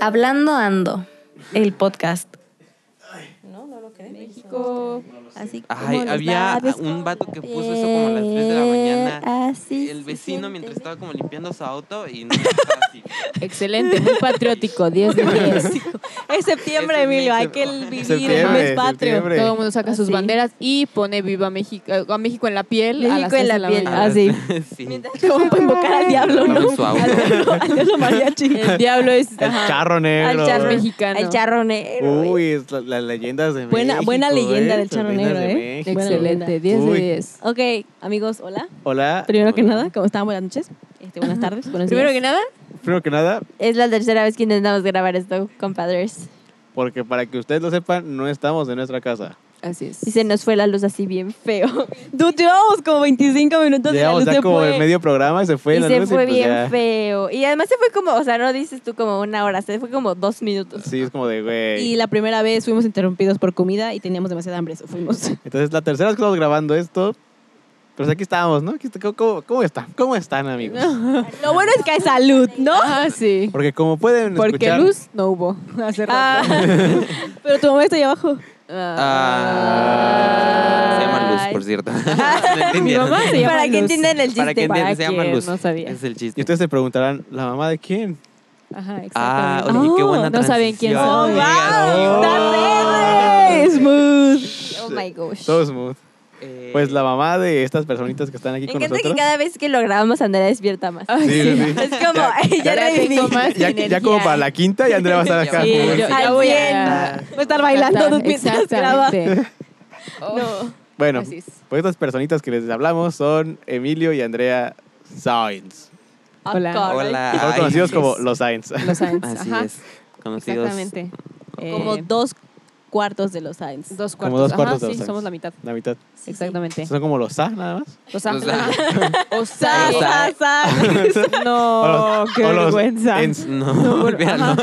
Hablando Ando, el podcast. México. Así como Ay, los había labios un vato que puso eso como a las 3 de la mañana. Eh, Así El se vecino siente. mientras estaba como limpiando su auto y no estaba así. Excelente, muy patriótico, 10 de 10. Es septiembre, Es en Emilio, hay que México. vivir el Septiembre, mes patrio. septiembre. Todo el mundo saca sus Sí. banderas y pone viva México, eh, a México en la piel. a las México en seis la de la piel. mañana. Ah, sí. sí. Como para invocar al diablo, ¿no? Abre su auto. Al diablo, al diablo mariachi. El diablo es El ajá, charro negro. Al charro mexicano. El charro negro. güey. Uy, es la- las leyendas de Buena- México. buena leyenda ¿eh? del charro Las leyendas negro, de ¿eh? México. Excelente, 10 de Uy. 10. Ok, amigos, hola. Hola. Primero que nada, ¿cómo están? Buenas noches. Este, buenas tardes. Buenos Primero días. que nada, Primero que nada, Es la tercera vez que intentamos grabar esto, compadres. porque para que ustedes lo sepan, no estamos en nuestra casa. así es. Y se nos fue la luz así bien feo. Dude, llevamos como 25 minutos de la Llegamos luz ya se como fue. el medio programa y se fue y la se luz fue y pues bien ya. feo. Y además se fue como, o sea, no dices tú como una hora, se fue como dos minutos. Sí, es como de, Y güey. la primera vez fuimos interrumpidos por comida y teníamos demasiada hambre, eso fuimos. Entonces, la tercera vez que estamos grabando esto, pero aquí estábamos, ¿no? Aquí está- ¿Cómo, cómo, cómo están? ¿Cómo están, amigos? Lo bueno es que hay salud, ¿no? Ah, sí. Porque como pueden Porque escuchar... luz no hubo hace rato. Ah, pero tu mamá está ahí abajo. Ah, se llama Luz, Ay. por cierto. Ah. No entendieron. mamá se llama Para que Luz. entiendan el chiste. Para que entiendan, se llama quien Luz. no sabía. Es el Y chiste. ustedes se preguntarán, ¿la mamá de quién? Ajá, exactamente. Ah, oye, qué Oh, buena no sabían quién transición. son. ¡Oh, wow! ¡Está Amigas, verde! ¡Smooth! Oh my gosh. Todo smooth. Eh, Pues la mamá de estas personitas que están aquí Me con encanta nosotros. Ah. que cada vez que lo grabamos Andrea despierta más. Ay, Sí, sí, sí. Es como, ay, ya Ya reviví. tengo más Ya, ya como para la quinta, ya Andrea va a estar acá. Sí, como yo- Al ya voy a... cien. Voy a estar bailando Exacta- dos mientras graba. exactamente. Oh, Bueno, así es. pues estas personitas que les hablamos son Emilio y Andrea Sainz. Hola. Hola. Son Ay, conocidos sí como es. los Sainz. Los Sainz. Así Ajá. es. Conocidos. Exactamente. Como Eh, dos cuartos de los Sainz. dos cuartos. Como dos cuartos Ajá, de sí, los Sainz. somos la mitad. La mitad. Exactamente. Son como los Sa, nada más. O sea, O sea, o Sa, Los sea, sa, Sainz. sa. O no, los- Oh, qué o los vergüenza. ens. No, véanlo. Ajá.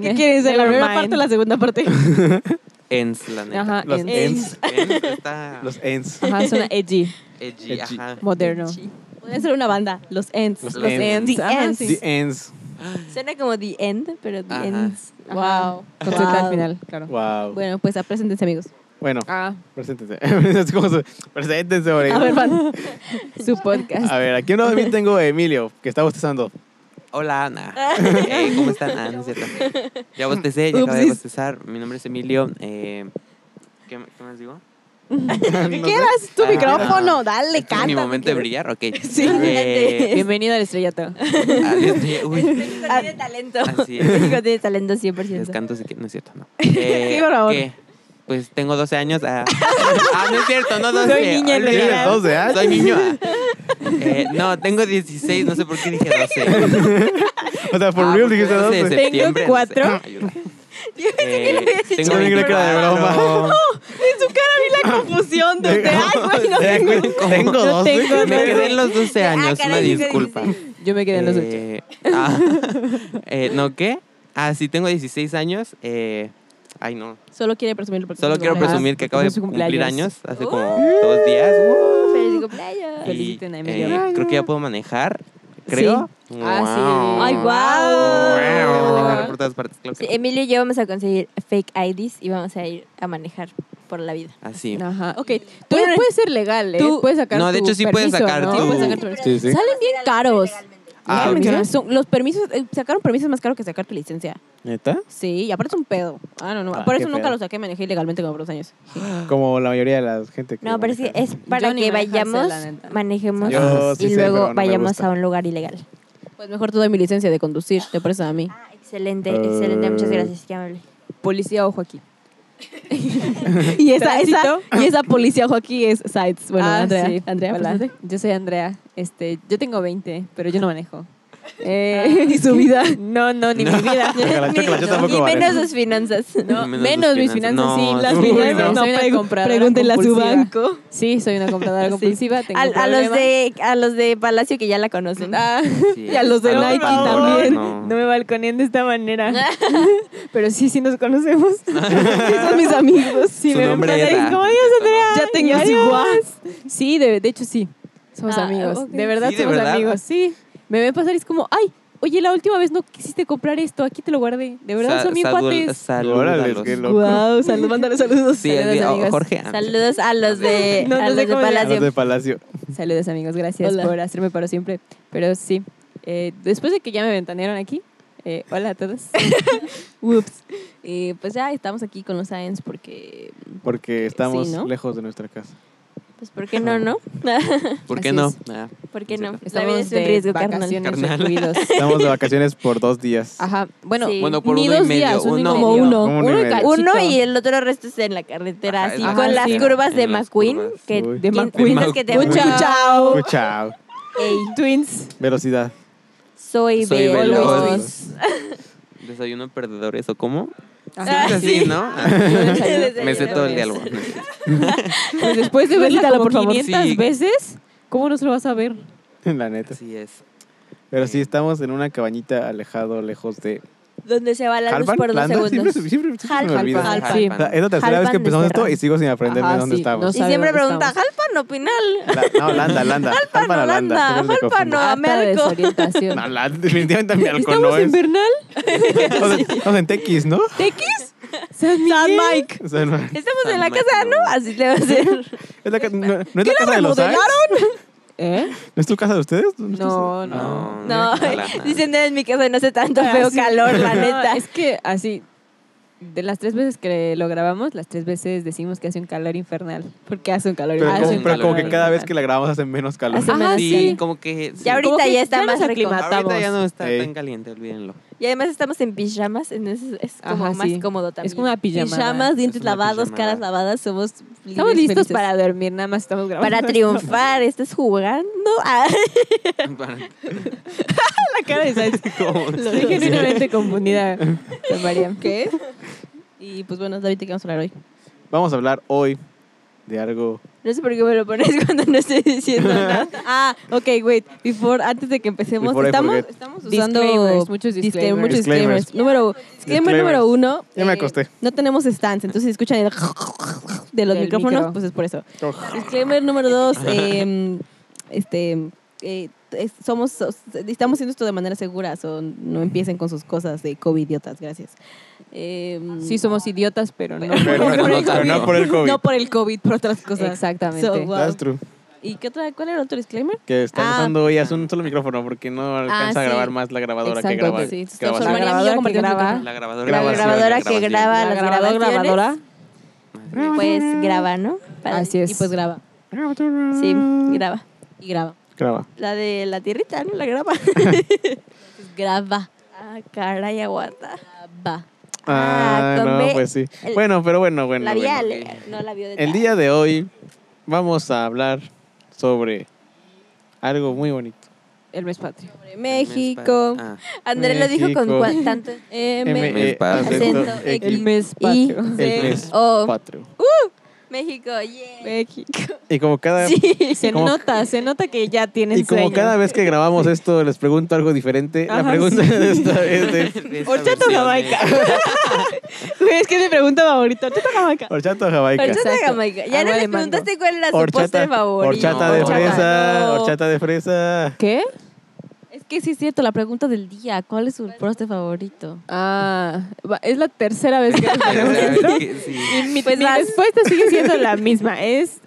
¿Qué ne- quieres? ¿La never primera mind. parte o la segunda parte? Ens, la neta. Ajá, Los ens. ens. Ens está Los ens. Ajá, suena edgy, edgy, Edgy. ajá. moderno. Podría ser una banda, Los Ends. Los Los Ends. Ends, The ajá, Ends. sí. The ends. Suena como The End, pero The Ajá. Ends. Ajá. Wow. Con Z al Wow. final, claro. Wow. Bueno, pues ah, preséntense, amigos. Bueno, Ah, preséntense. Es como su- preséntense, hombre. A ver, van. su podcast. A ver, aquí uno de mí tengo a Emilio, que está bostezando. Hola, Ana. Hey, ¿Cómo están? Ah, no es cierto. Ya bostecé, ya acabé de Upsis. bostezar. Mi nombre es Emilio. Eh, ¿qué, qué más digo? ¿Qué quieras? Tu Ah, micrófono, ah. dale, ¿Este es canta. mi momento de brillar? Ok. Sí, Eh, Bienvenido al estrellato. adiós, oye, uy, México tiene talento. Así es. México tiene talento 100%. les canto si que no es cierto, no. Eh, por favor. ¿qué? Pues tengo 12 años. Ah, Ah, no es cierto, no 12. Soy niña en Olvida. Tienes 12 años. Soy niño. ah. Eh, no, tengo 16, no sé por qué dije 12. O sea, por Ah, real porque dijiste Pues, es de 12. Tengo septiembre, no sé. cuatro. Ayuda. Yo pensé que le había dicho. tengo Yo también creo que era de broma. cuatro. En su cara vi la confusión de usted. Ay, güey, no Te- tengo. Tengo Yo 12. tengo Me quedé en los 12 Ah, años, una caray, dice disculpa. 16. Yo me quedé en los ocho. Eh, ah, eh, ¿No qué? Ah, sí, tengo 16 años. Eh, ay, no. Solo quiere presumirlo porque Solo es su quiero Ajá, cumpleaños. presumir que porque acabo de es su cumplir cumpleaños. años hace como dos días. ¡Wow! Feliz cumpleaños. Y, Feliciten a Emilio. eh, creo que ya puedo manejar, creo. Ah, sí. Ay, Wow. guau. Puedo manejar por todas partes, claro que Sí, no. Emilio y yo vamos a conseguir fake IDs y vamos a ir a manejar por la vida. Así. Ajá. Ok, Tú bueno, puedes ser legal, ¿eh? tú- puedes sacar No, de tu hecho, sí puedes permiso, sacar ¿no? tu- Puedes sacar tu permiso. Sí, sí. Salen bien caros. Ah, Déjame ok. que- son- los permisos, eh, sacaron permisos más caros que sacar tu licencia. ¿Neta? Sí, y aparte es un pedo. Ah, no, no. Ah, por qué eso nunca pedo. lo saqué, manejé ilegalmente como por dos años. Como la mayoría de la gente que No, pero sí, maneja. es para Yo ni que manejar sé, vayamos, la neta. manejemos Yo sí y sé, pero luego no me vayamos gusta. a un lugar ilegal. Pues mejor te doy mi licencia de conducir, te prestas a mí. excelente, excelente. Muchas Eh. gracias, qué amable. Policía, ojo aquí. Y esa, esa, Tránsito. y esa policía ojo aquí es Sides. Bueno, Ah, Andrea. sí. Andrea, pues, Hola, preséntate. yo soy Andrea. Este, yo tengo 20, pero yo no manejo. Ah, Eh, ¿Y su vida? No, no, ni mi vida. Chócala, chócala, yo Ni- tampoco y manejo. menos sus finanzas. No, Menos menos, sus mis finanzas. finanzas, sí. No, Las uy, finanzas no. soy una compradora pregúntenle a su compulsiva. banco. Sí, soy una compradora compulsiva. Tengo A, a los problemas. de, a los de Palacio que ya la conocen. Ah, Sí, y a los de por Nike favor, también. no. No. me balconeen de esta manera. Pero sí, sí nos conocemos. Son mis amigos. Sí, Su me ven nombre pasar y era- es como, "Adiós, Andrea". Ya tengo Y su adiós. Sí, de, de hecho sí. Somos Ah, amigos. ok. De verdad Sí, de somos verdad. amigos. Sí. Me ven pasar y es como, ay, oye, la última vez no quisiste comprar esto, aquí te lo guardé. De verdad Sa- son bien sadul- cuates. Órale, salúdalos. qué loco. Wow, saludos, mándale saludos. Sí, saludos, di- oh, amigos. Jorge. ah, Saludos a los de, No, no a los sé de cómo le- A los Palacio. de Palacio. Saludos, amigos. Gracias Hola. por hacerme para siempre. Pero sí, eh, después de que ya me ventanearon aquí, eh, hola a todos. Ups. Y pues ya estamos aquí con los Science porque, Porque estamos ¿no? lejos de nuestra casa. pues, ¿por qué no, no? ¿Por Así qué no? es. Ah, ¿Por qué no? La vida Estamos es un de riesgo, carnal. vacaciones Carnal. recluidos. Estamos de vacaciones por dos días. Ajá. Bueno, Sí. Bueno, por ni uno y dos medio, días, uno, y uno- medio. Como uno. Uno y Uno y medio. cachito. Uno y el otro resto está en la carretera, Ajá, así, ajá, con las sí. curvas de En las McQueen. curvas. Que, Uy. De ¿quién- McQueen. ¿quiénes que te McQueen. amo? Chao. Uy, chao. Ey, Twins. Velocidad. soy, Soy veloz. veloz. Desayuno perdedores o cómo? Ajá. Es así, ¿no? Ah. Desayuno Me sé todo perdedores. el diálogo. Pues después de verla Repítalo, como por favor. 500 Sí. veces, ¿cómo no se lo vas a ver? La neta. Así es. Pero sí, estamos en una cabañita alejado, lejos de... Donde se va la luz ¿Jalpan? por dos ¿Landa? segundos. Siempre, siempre, siempre se me Jalpan, olvida. Jalpan. Sí. O sea, Es la tercera vez Jalpan que empezamos esto Becerra. y sigo sin aprenderme Ajá, dónde sí, estamos. no Y siempre Sabe dónde pregunta, estamos. ¿Jalpan o Pinal? La- no, Landa, Landa. Jalpan o Landa. Landa, siempre me Jalpan confundo. o Harta de Amerco. desorientación. No, la, definitivamente mi alcohol ¿Estamos Ah, no en es. Bernal? Estamos en- estamos en Tequis, ¿no? ¿Tequis? ¿San Miguel? Mike. O sea, no, Estamos en la San Mike, casa, no. ¿no? Así te va a hacer. es la ca- no- no es la casa de los Sainz? ¿Eh? ¿No es tu casa de ustedes? ¿No es tu- No, no. No, No, ojalá, nada. dicen en mi casa y no hace tanto Ah, feo sí. calor, la No, neta. Es que así, de las tres veces que lo grabamos, las tres veces decimos que hace un calor infernal. Porque hace un calor Pero, Ah, infernal. como, sí, pero como que claro. cada vez que la grabamos hace menos calor. Hace- Ajá, sí, sí. como que. sí. Ya ahorita Como que ya está ya nos más rico. aclimatamos. Ahorita ya no está Ey. tan caliente, olvídenlo. Y además estamos en pijamas, entonces es como Ajá, más sí. cómodo también. Es como una pijamada. Pijamas, dientes Es una lavados, pijamada. caras lavadas, somos libres, Estamos listos felices. para dormir, nada más estamos grabando. para triunfar. ¿Estás jugando? Ah, la cara de Sánchez. Como- Estoy genuinamente confundida con María. ¿Qué? Y pues bueno, David, ¿de qué vamos a hablar hoy? Vamos a hablar hoy de algo. No sé por qué me lo pones cuando no estoy diciendo nada. Ah, ok, wait. Before, antes de que empecemos, Before I estamos, forget. estamos usando Disclaimers, muchos disclaim- disclaimers. muchos Disclaimers. disclaimers. Número, disclaimer Disclaimers. número uno. eh, Ya me acosté. No tenemos stands, entonces si escuchan el de los Del micrófonos, micro. pues es por eso. Disclaimer número dos. eh, este, eh, es- somos, so- estamos haciendo esto de manera segura, so no empiecen con sus cosas de COVID, idiotas. Gracias. Eh, Sí, somos idiotas, pero no. Pero, Pero no pero no tanto. por el COVID. no por el COVID, por otras cosas. Exactamente. So, wow. That's true. ¿Y qué otra? ¿Cuál era el otro disclaimer? Que está Ah. usando ella es un solo micrófono porque no alcanza a sí. grabar más la grabadora que Exacto, graba. sí. Entonces, graba- Su hermana y yo grabadora que compartimos graba. micrófono. La grabadora, Grabación, la grabadora que grabación. graba La las grabadora, grabaciones. grabadora. Pues graba, ¿no? Así es. Y pues graba. Sí, Graba. graba. Y graba. Graba. La de la tierrita, ¿no? La graba. graba. Ah, caray, aguanta. Graba. Ah, Ah, con no, B. pues sí. El- Bueno, pero bueno, bueno. La bueno. vial. ok. No la vio de El día de hoy vamos a hablar sobre algo muy bonito. El mes patrio. México. Ah, Andrés lo dijo con México. cuan- tanto. M. M- eh, acento, acento, X. Oh. El X, mes I. patrio. el mes O. patrio. México, yeah. México. Y como cada Sí. Se Como- nota, se nota que ya tienes y como cada vez que grabamos esto les pregunto algo diferente, Ajá, la pregunta sí. de esta vez es de esta Horchata o versión jamaica. de- es que mi pregunta favorita. ¿Tú te jamaica? horchata o jamaica. Horchata de Exacto. Jamaica. Ya Agua no de les mango. preguntaste cuál era su Horchata, postre favorito. horchata de Horchata, fresa, no. horchata de fresa. ¿Qué? Es que sí es cierto, la pregunta del día, ¿cuál es su postre favorito? Ah, va- es la tercera vez que Tercera vez que- sí. Y mi, Pues mi vas. respuesta sigue siendo la misma. Es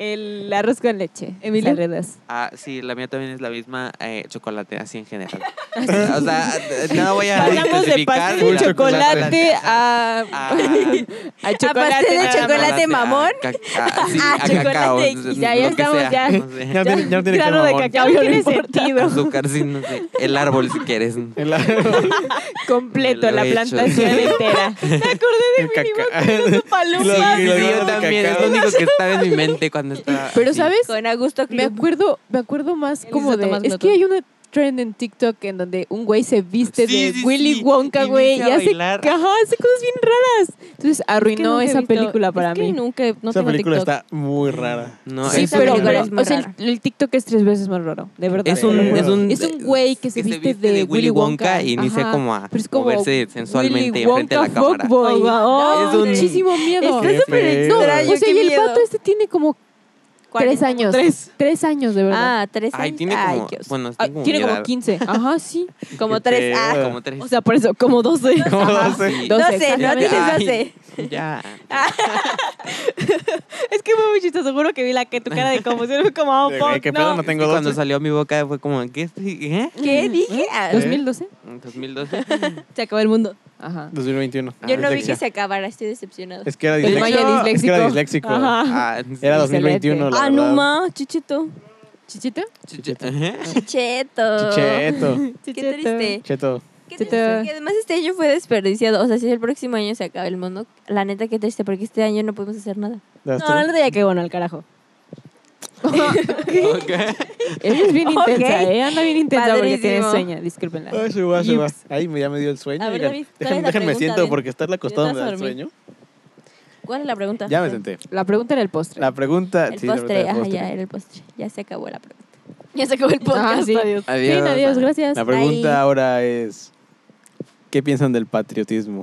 el arroz con leche. Emilio. Salredas. Ah, sí, la mía también es la misma eh, chocolate, así en general. o sea, no voy a Pasamos de especificar pastel de la- Ah, chocolate a, a- a chocolate. pastel de nada más. chocolate. mamón. A, caca- ah, sí, Ah, a cacao. chocolate, entonces, ya, ya lo que estamos, sea, ya. no sé. Ya, no tiene- ya no tiene que Grano de mamón. Ya cacao no no tiene importa. sentido. Azúcar, sí, no sé. El árbol, si quieres. El, el Completo, Me lo la he hecho. plantación entera. Me acordé de mi cacao. paloma. Sí, Lo- los granos yo de también, es cacao. lo único que estaba en mi mente cuando estaba. Pero, así. ¿sabes? Con Augusto Me Club. acuerdo, me acuerdo más Él como hizo de. Tomás Es que Glotón. hay una trend en TikTok en donde un güey se viste Sí, de sí, Willy sí. Wonka, güey, y Inicia a hace, bailar. ajá, hace cosas bien raras. Entonces arruinó esa película para mí. nunca, no Esa tengo película TikTok. está muy rara. No, sí, es esa pero, un- película pero, es muy o sea, rara. el, el TikTok es tres veces más raro, de verdad. Es un, es un, Es un güey que se viste de Willy Wonka, y inicia ajá, como a pero es como moverse sensualmente frente a la cámara. Oh, Oh, wow. Es un- muchísimo miedo. Está Qué súper feo. No, extraño, o sea, qué y el miedo. pato este tiene como Tres años. Tres. Tres años, de verdad. Ah, tres años. Ay, tiene Ay, como. Dios. bueno, Ah, Pues tiene como. tiene mi como edad. 15. Ajá, sí. como Qué tres. pedo, Ah, Como tres. o sea, por eso, como 12. ¿Cómo Ajá. va a ser? Sí. No doce, sé, no exactamente. dices Ay, hace. Ya. Es que fue muy chistoso, seguro que vi la que tu cara de confusión fue como, oh, De- fuck, ¿qué pedo? no. No tengo Es que Cuando dos. salió mi boca fue como, ¿qué? estoy- ¿Eh? ¿Qué dije? Ah, Dos mil- ¿2012? En 2012. Se acabó el mundo. Ajá. 2021. Ah, Yo no vi Dislexia. que se acabara, estoy decepcionado. Es que era El disléxico. Maya Es que era disléxico. disléxico. Ajá. Ah, Era Sí, se 2021, la Ah, verdad. no ma, chichito. ¿Chichito? Chiche- Ajá. Cheto. Cheto. Qué Chicheto. triste. Cheto. Qué Cheto. triste. Que además este año fue desperdiciado. O sea, si el próximo año se acaba el mundo, la neta qué triste, porque este año no podemos hacer nada. ¿das tú? No, la neta ya que bueno, al carajo. Ok. Ella es bien Ok. intensa, ¿eh? Anda bien intensa porque tiene Padrísimo. sueño. Discúlpenla. Ay, se va, se va. Yups. Ay, me- ya me dio el sueño. A ver, oigan. David, ¿cuál es déjenme la déjenme pregunta, siento David? porque estarle acostado Ya te me da el vas a dormir. sueño. ¿Cuál es la pregunta? Ya me senté. La pregunta era el postre. La pregunta. El sí, la pregunta postre, del ajá, postre. ya era el postre. Ya se acabó la pregunta. Ya se acabó el podcast. Ah, sí. adiós. Sí, Adiós. adiós, gracias. La pregunta Bye. ahora es: ¿Qué piensan del patriotismo?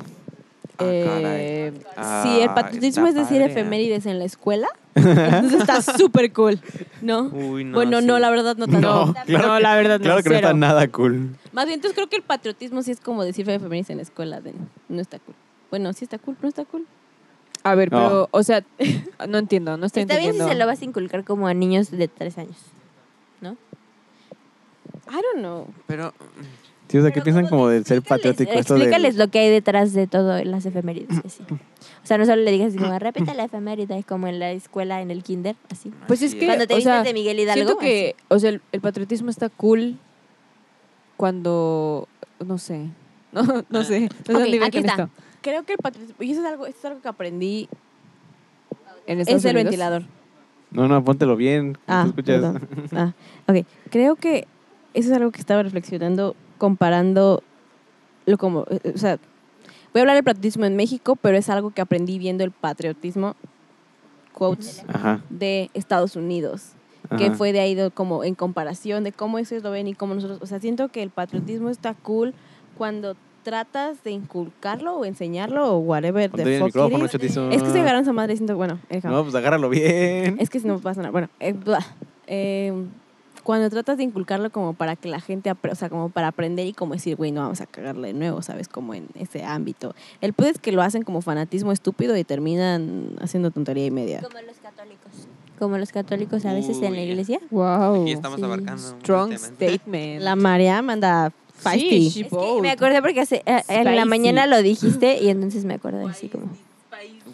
Ah, caray. Eh, Ah, sí, el patriotismo está es decir padre. efemérides en la escuela. Entonces está súper cool. ¿No? Uy, no. bueno, sí. no, la verdad no tanto. No, claro no, que- la verdad no. Claro que no cero. está nada cool. Más bien, entonces creo que el patriotismo sí es como decir efemérides en la escuela. de- no está cool. Bueno, sí está cool, pero no está cool. A ver, No. pero, o sea, no entiendo, no estoy está bien si entendiendo. se lo vas a inculcar como a niños de tres años. ¿No? I don't know. Pero, Sí, o sea, ¿qué piensan como del ser patriótico? Explícales, Esto de explícales lo que hay detrás de todo en las efemérides. y así. O sea, no solo le digas así como, repite la efeméride como en la escuela, en el kinder, así. Pues es Así que, Cuando te o vistes sea, de Miguel Hidalgo. siento que, o sea, el, el patriotismo está cool cuando, no sé, no, no sé, no sé Ok, dónde iba aquí con está. esto. Creo que el patriotismo, y eso es algo, esto es algo que aprendí, En es el Estados Unidos. ventilador. No, no, póntelo bien. Ah, Ah, escuchas? perdón. Ah, ok. Creo que eso es algo que estaba reflexionando comparando lo como, eh, o sea, voy a hablar del patriotismo en México, pero es algo que aprendí viendo el patriotismo quotes Ajá. de Estados Unidos, que ajá. fue de ahí do- como en comparación de cómo ellos lo ven y cómo nosotros, o sea, siento que el patriotismo está cool cuando tratas de inculcarlo o enseñarlo o whatever Ponte the bien fuck el it micrófono, is. chotizo. Es que se agarran esa madre, siento, bueno, déjame. No, pues agárralo bien. Es que si no pasa nada. Bueno, eh, bla. Eh, cuando tratas de inculcarlo como para que la gente, apre- o sea, como para aprender y como decir, güey, no vamos a cagarle de nuevo, ¿sabes? Como en ese ámbito. El pedo es que lo hacen como fanatismo estúpido y terminan haciendo tontería y media. Como los católicos. Como los católicos a veces en la Uy. iglesia. Wow. aquí estamos sí. abarcando. muchos Strong temas. statement. La María manda feisty. Sí, Es que me acordé porque hace- eh, en la Spicy. mañana lo dijiste y entonces me acordé así como.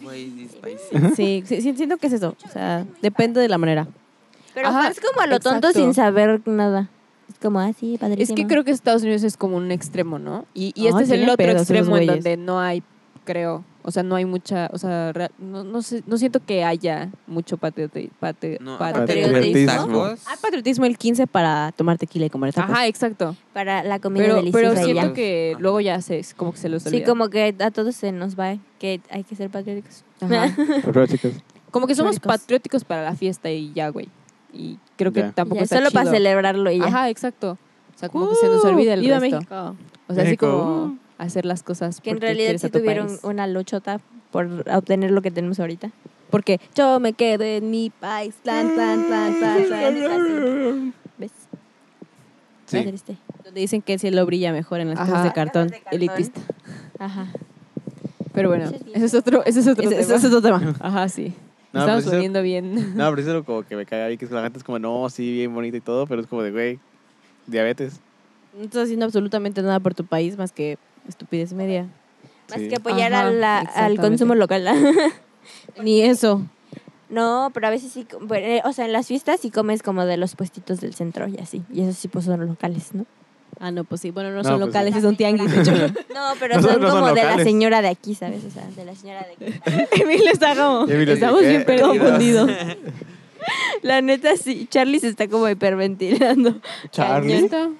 Güey, this spicy. Sí, sí, sí, siento que es eso. O sea, depende de la manera. Pero Ajá, fue- es como a lo tonto exacto. sin saber nada. Es como así, Es padrísimo. que creo que Estados Unidos es como un extremo, ¿no? Y, y No, este es el tienen otro pedos esos extremo en güeyes. donde no hay, creo, o sea, no hay mucha, o sea, rea- no, no, sé, no siento que haya mucho patrioti, pate- No, pat- aparte de Patriotismo. tacos, Hay patriotismo el 15 para tomar tequila y comer tacos. Ajá, exacto. Para la comida Pero, pero deliciosa y siento ya. que Ajá. luego ya se, es como que se los olvida. Sí, como que a todos se nos va que hay que ser patrióticos. Ajá. Pero, chicas, Como que somos Patrióticos. patrióticos para la fiesta y ya, güey. Y creo que Ya. tampoco Ya, está solo para chido. celebrarlo y ya. Ajá, exacto. O sea, como que se nos olvida el ¡Uh! Viva resto. México. O sea, así México. como hacer las cosas Que en porque realidad quieres sí a tu tuvieron país. una luchota por obtener lo que tenemos ahorita. Porque yo me quedo en mi país. Plan, plan, plan, plan, plan. es así. ¿Ves? Qué sí. triste. Donde dicen que el cielo brilla mejor en las Ajá. cosas de cartón, Las cosas de elitista. Ajá. Pero bueno, Muchos ese es otro, ese es otro Ese- tema. ese es otro tema. Ajá, sí. No, pero Estamos eso- poniendo bien. No, pero eso es lo como que me caga ahí, que es que la gente es como, no, sí, bien bonita y todo, pero es como de, güey, diabetes. No estás haciendo absolutamente nada por tu país más que estupidez y media. Más Sí. que apoyar a Ajá, la- al exactamente. consumo local. Ni eso. no, pero a veces sí, bueno, eh, o sea, en las fiestas sí comes como de los puestitos del centro y así. Y esos sí pues son locales, ¿no? Ah, no, pues sí. Bueno, no, No, son pues locales, sí. es un tianguis. de hecho. No, pero No, son no son como de la locales. señora de aquí, ¿sabes? O sea, de la señora de aquí. Emilio está como Ya vi los Estamos que- bien eh, perdidos. confundido. La neta sí, Charlie se está como hiperventilando. Charlie. ¿Neta?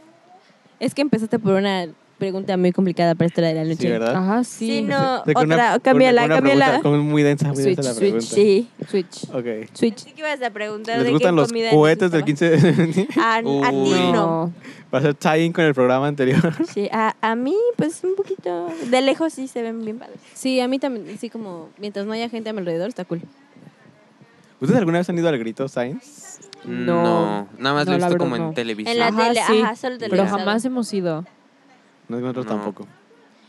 Es que empezaste por una pregunta muy complicada para esta hora de la noche. Sí, ¿verdad? Ajá, Sí, sí. no, Sí, con una- otra, con cámbiala, una cámbiala. pregunta, como muy densa, muy Switch, densa la switch, pregunta. Sí. Switch. Ok. Switch. ¿Qué ibas a preguntar de ¿Les qué gustan los comida cohetes del necesitabas? 15 de septiembre? A, a ti Uy. no. Para hacer tie-in con el programa anterior. Sí, a, a mí, pues un poquito. De lejos sí se ven bien padres. Sí, a mí también. Sí, como mientras no haya gente a mi alrededor, está cool. ¿Ustedes alguna vez han ido al grito Science? No, No, nada más lo no, he la visto como verdad no. en televisión. En la Ajá, tele, sí, ajá, solo Pero televisado. jamás hemos ido. Nosotros No. tampoco.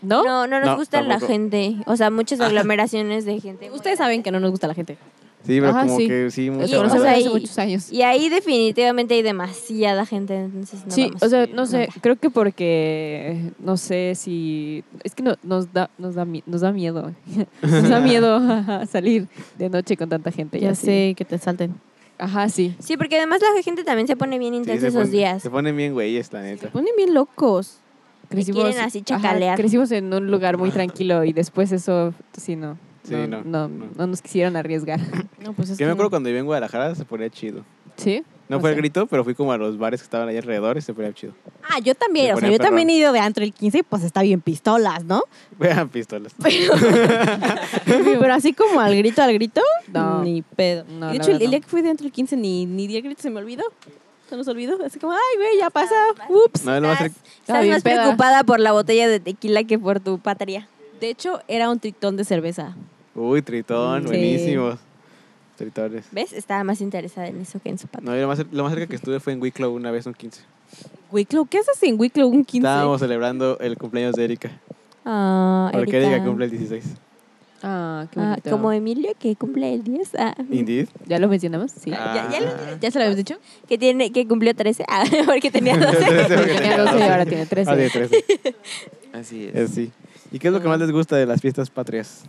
¿No? No, no nos No, gusta la tampoco. gente. O sea, muchas aglomeraciones de gente. Ustedes saben que no nos gusta la gente. Sí, pero Ajá, como sí. que sí, Nos mucho. o conocemos sea, hace y- muchos años. Y ahí definitivamente hay demasiada gente, entonces no sí, vamos. o sea, Sí, no sé, creo que porque no sé si es que no- nos da nos da mi- nos da miedo. nos da miedo ajá, salir de noche con tanta gente y Ya así. sé que te salten. Ajá, sí. Sí, porque además la gente también se pone bien Sí, intensa se esos ponen- días. Se ponen bien güeyes, la neta. Ponen bien locos. Crecimos quieren así ajá, chacalear. crecimos en un lugar muy tranquilo y después eso sí no. Sí, no, no, no, no. no nos quisieron arriesgar. No, pues es Yo me acuerdo cuando viví en Guadalajara se ponía chido. ¿Sí? No O fue el sea, grito, pero fui como a los bares que estaban ahí alrededor y se ponía chido. Ah, yo Se también. O sea, ponían yo también he perrón. ido de antro el 15 y pues está bien pistolas, ¿no? Vean pistolas. Pero así como al grito, al grito, No. ni pedo. No, Y de la hecho, el, verdad el día no. que fui de antro el 15 ni, ni di el grito, se me olvidó. Se nos olvidó. Así como, ay, güey, ya pasa. Ups. No, lo más cerca- Estás bien más peda. preocupada por la botella de tequila que por tu patria. De hecho, era un tritón de cerveza. Uy, Tritón, Sí. buenísimos. Tritones. ¿Ves? Estaba más interesada en eso que en su patria. No, yo lo más, cer- lo más cerca que estuve fue en Wicklow una vez, un 15. Wicklow, ¿qué haces en Wicklow un 15? Estábamos celebrando el cumpleaños de Erika. Ah, Porque Erika. Erika cumple el 16. Ah, qué Ah, bonito. como Emilio que cumple el 10. ah. Indeed. ¿Ya lo mencionamos? Sí. Ya- ya lo- ah. ¿Ya se lo habías dicho? que tiene que cumplió 13 ah, porque tenía 12. Tenía 12 y ahora tiene 13. Ah, tiene 13. Así es. Eh, sí. ¿Y qué es lo que más les gusta de las fiestas patrias?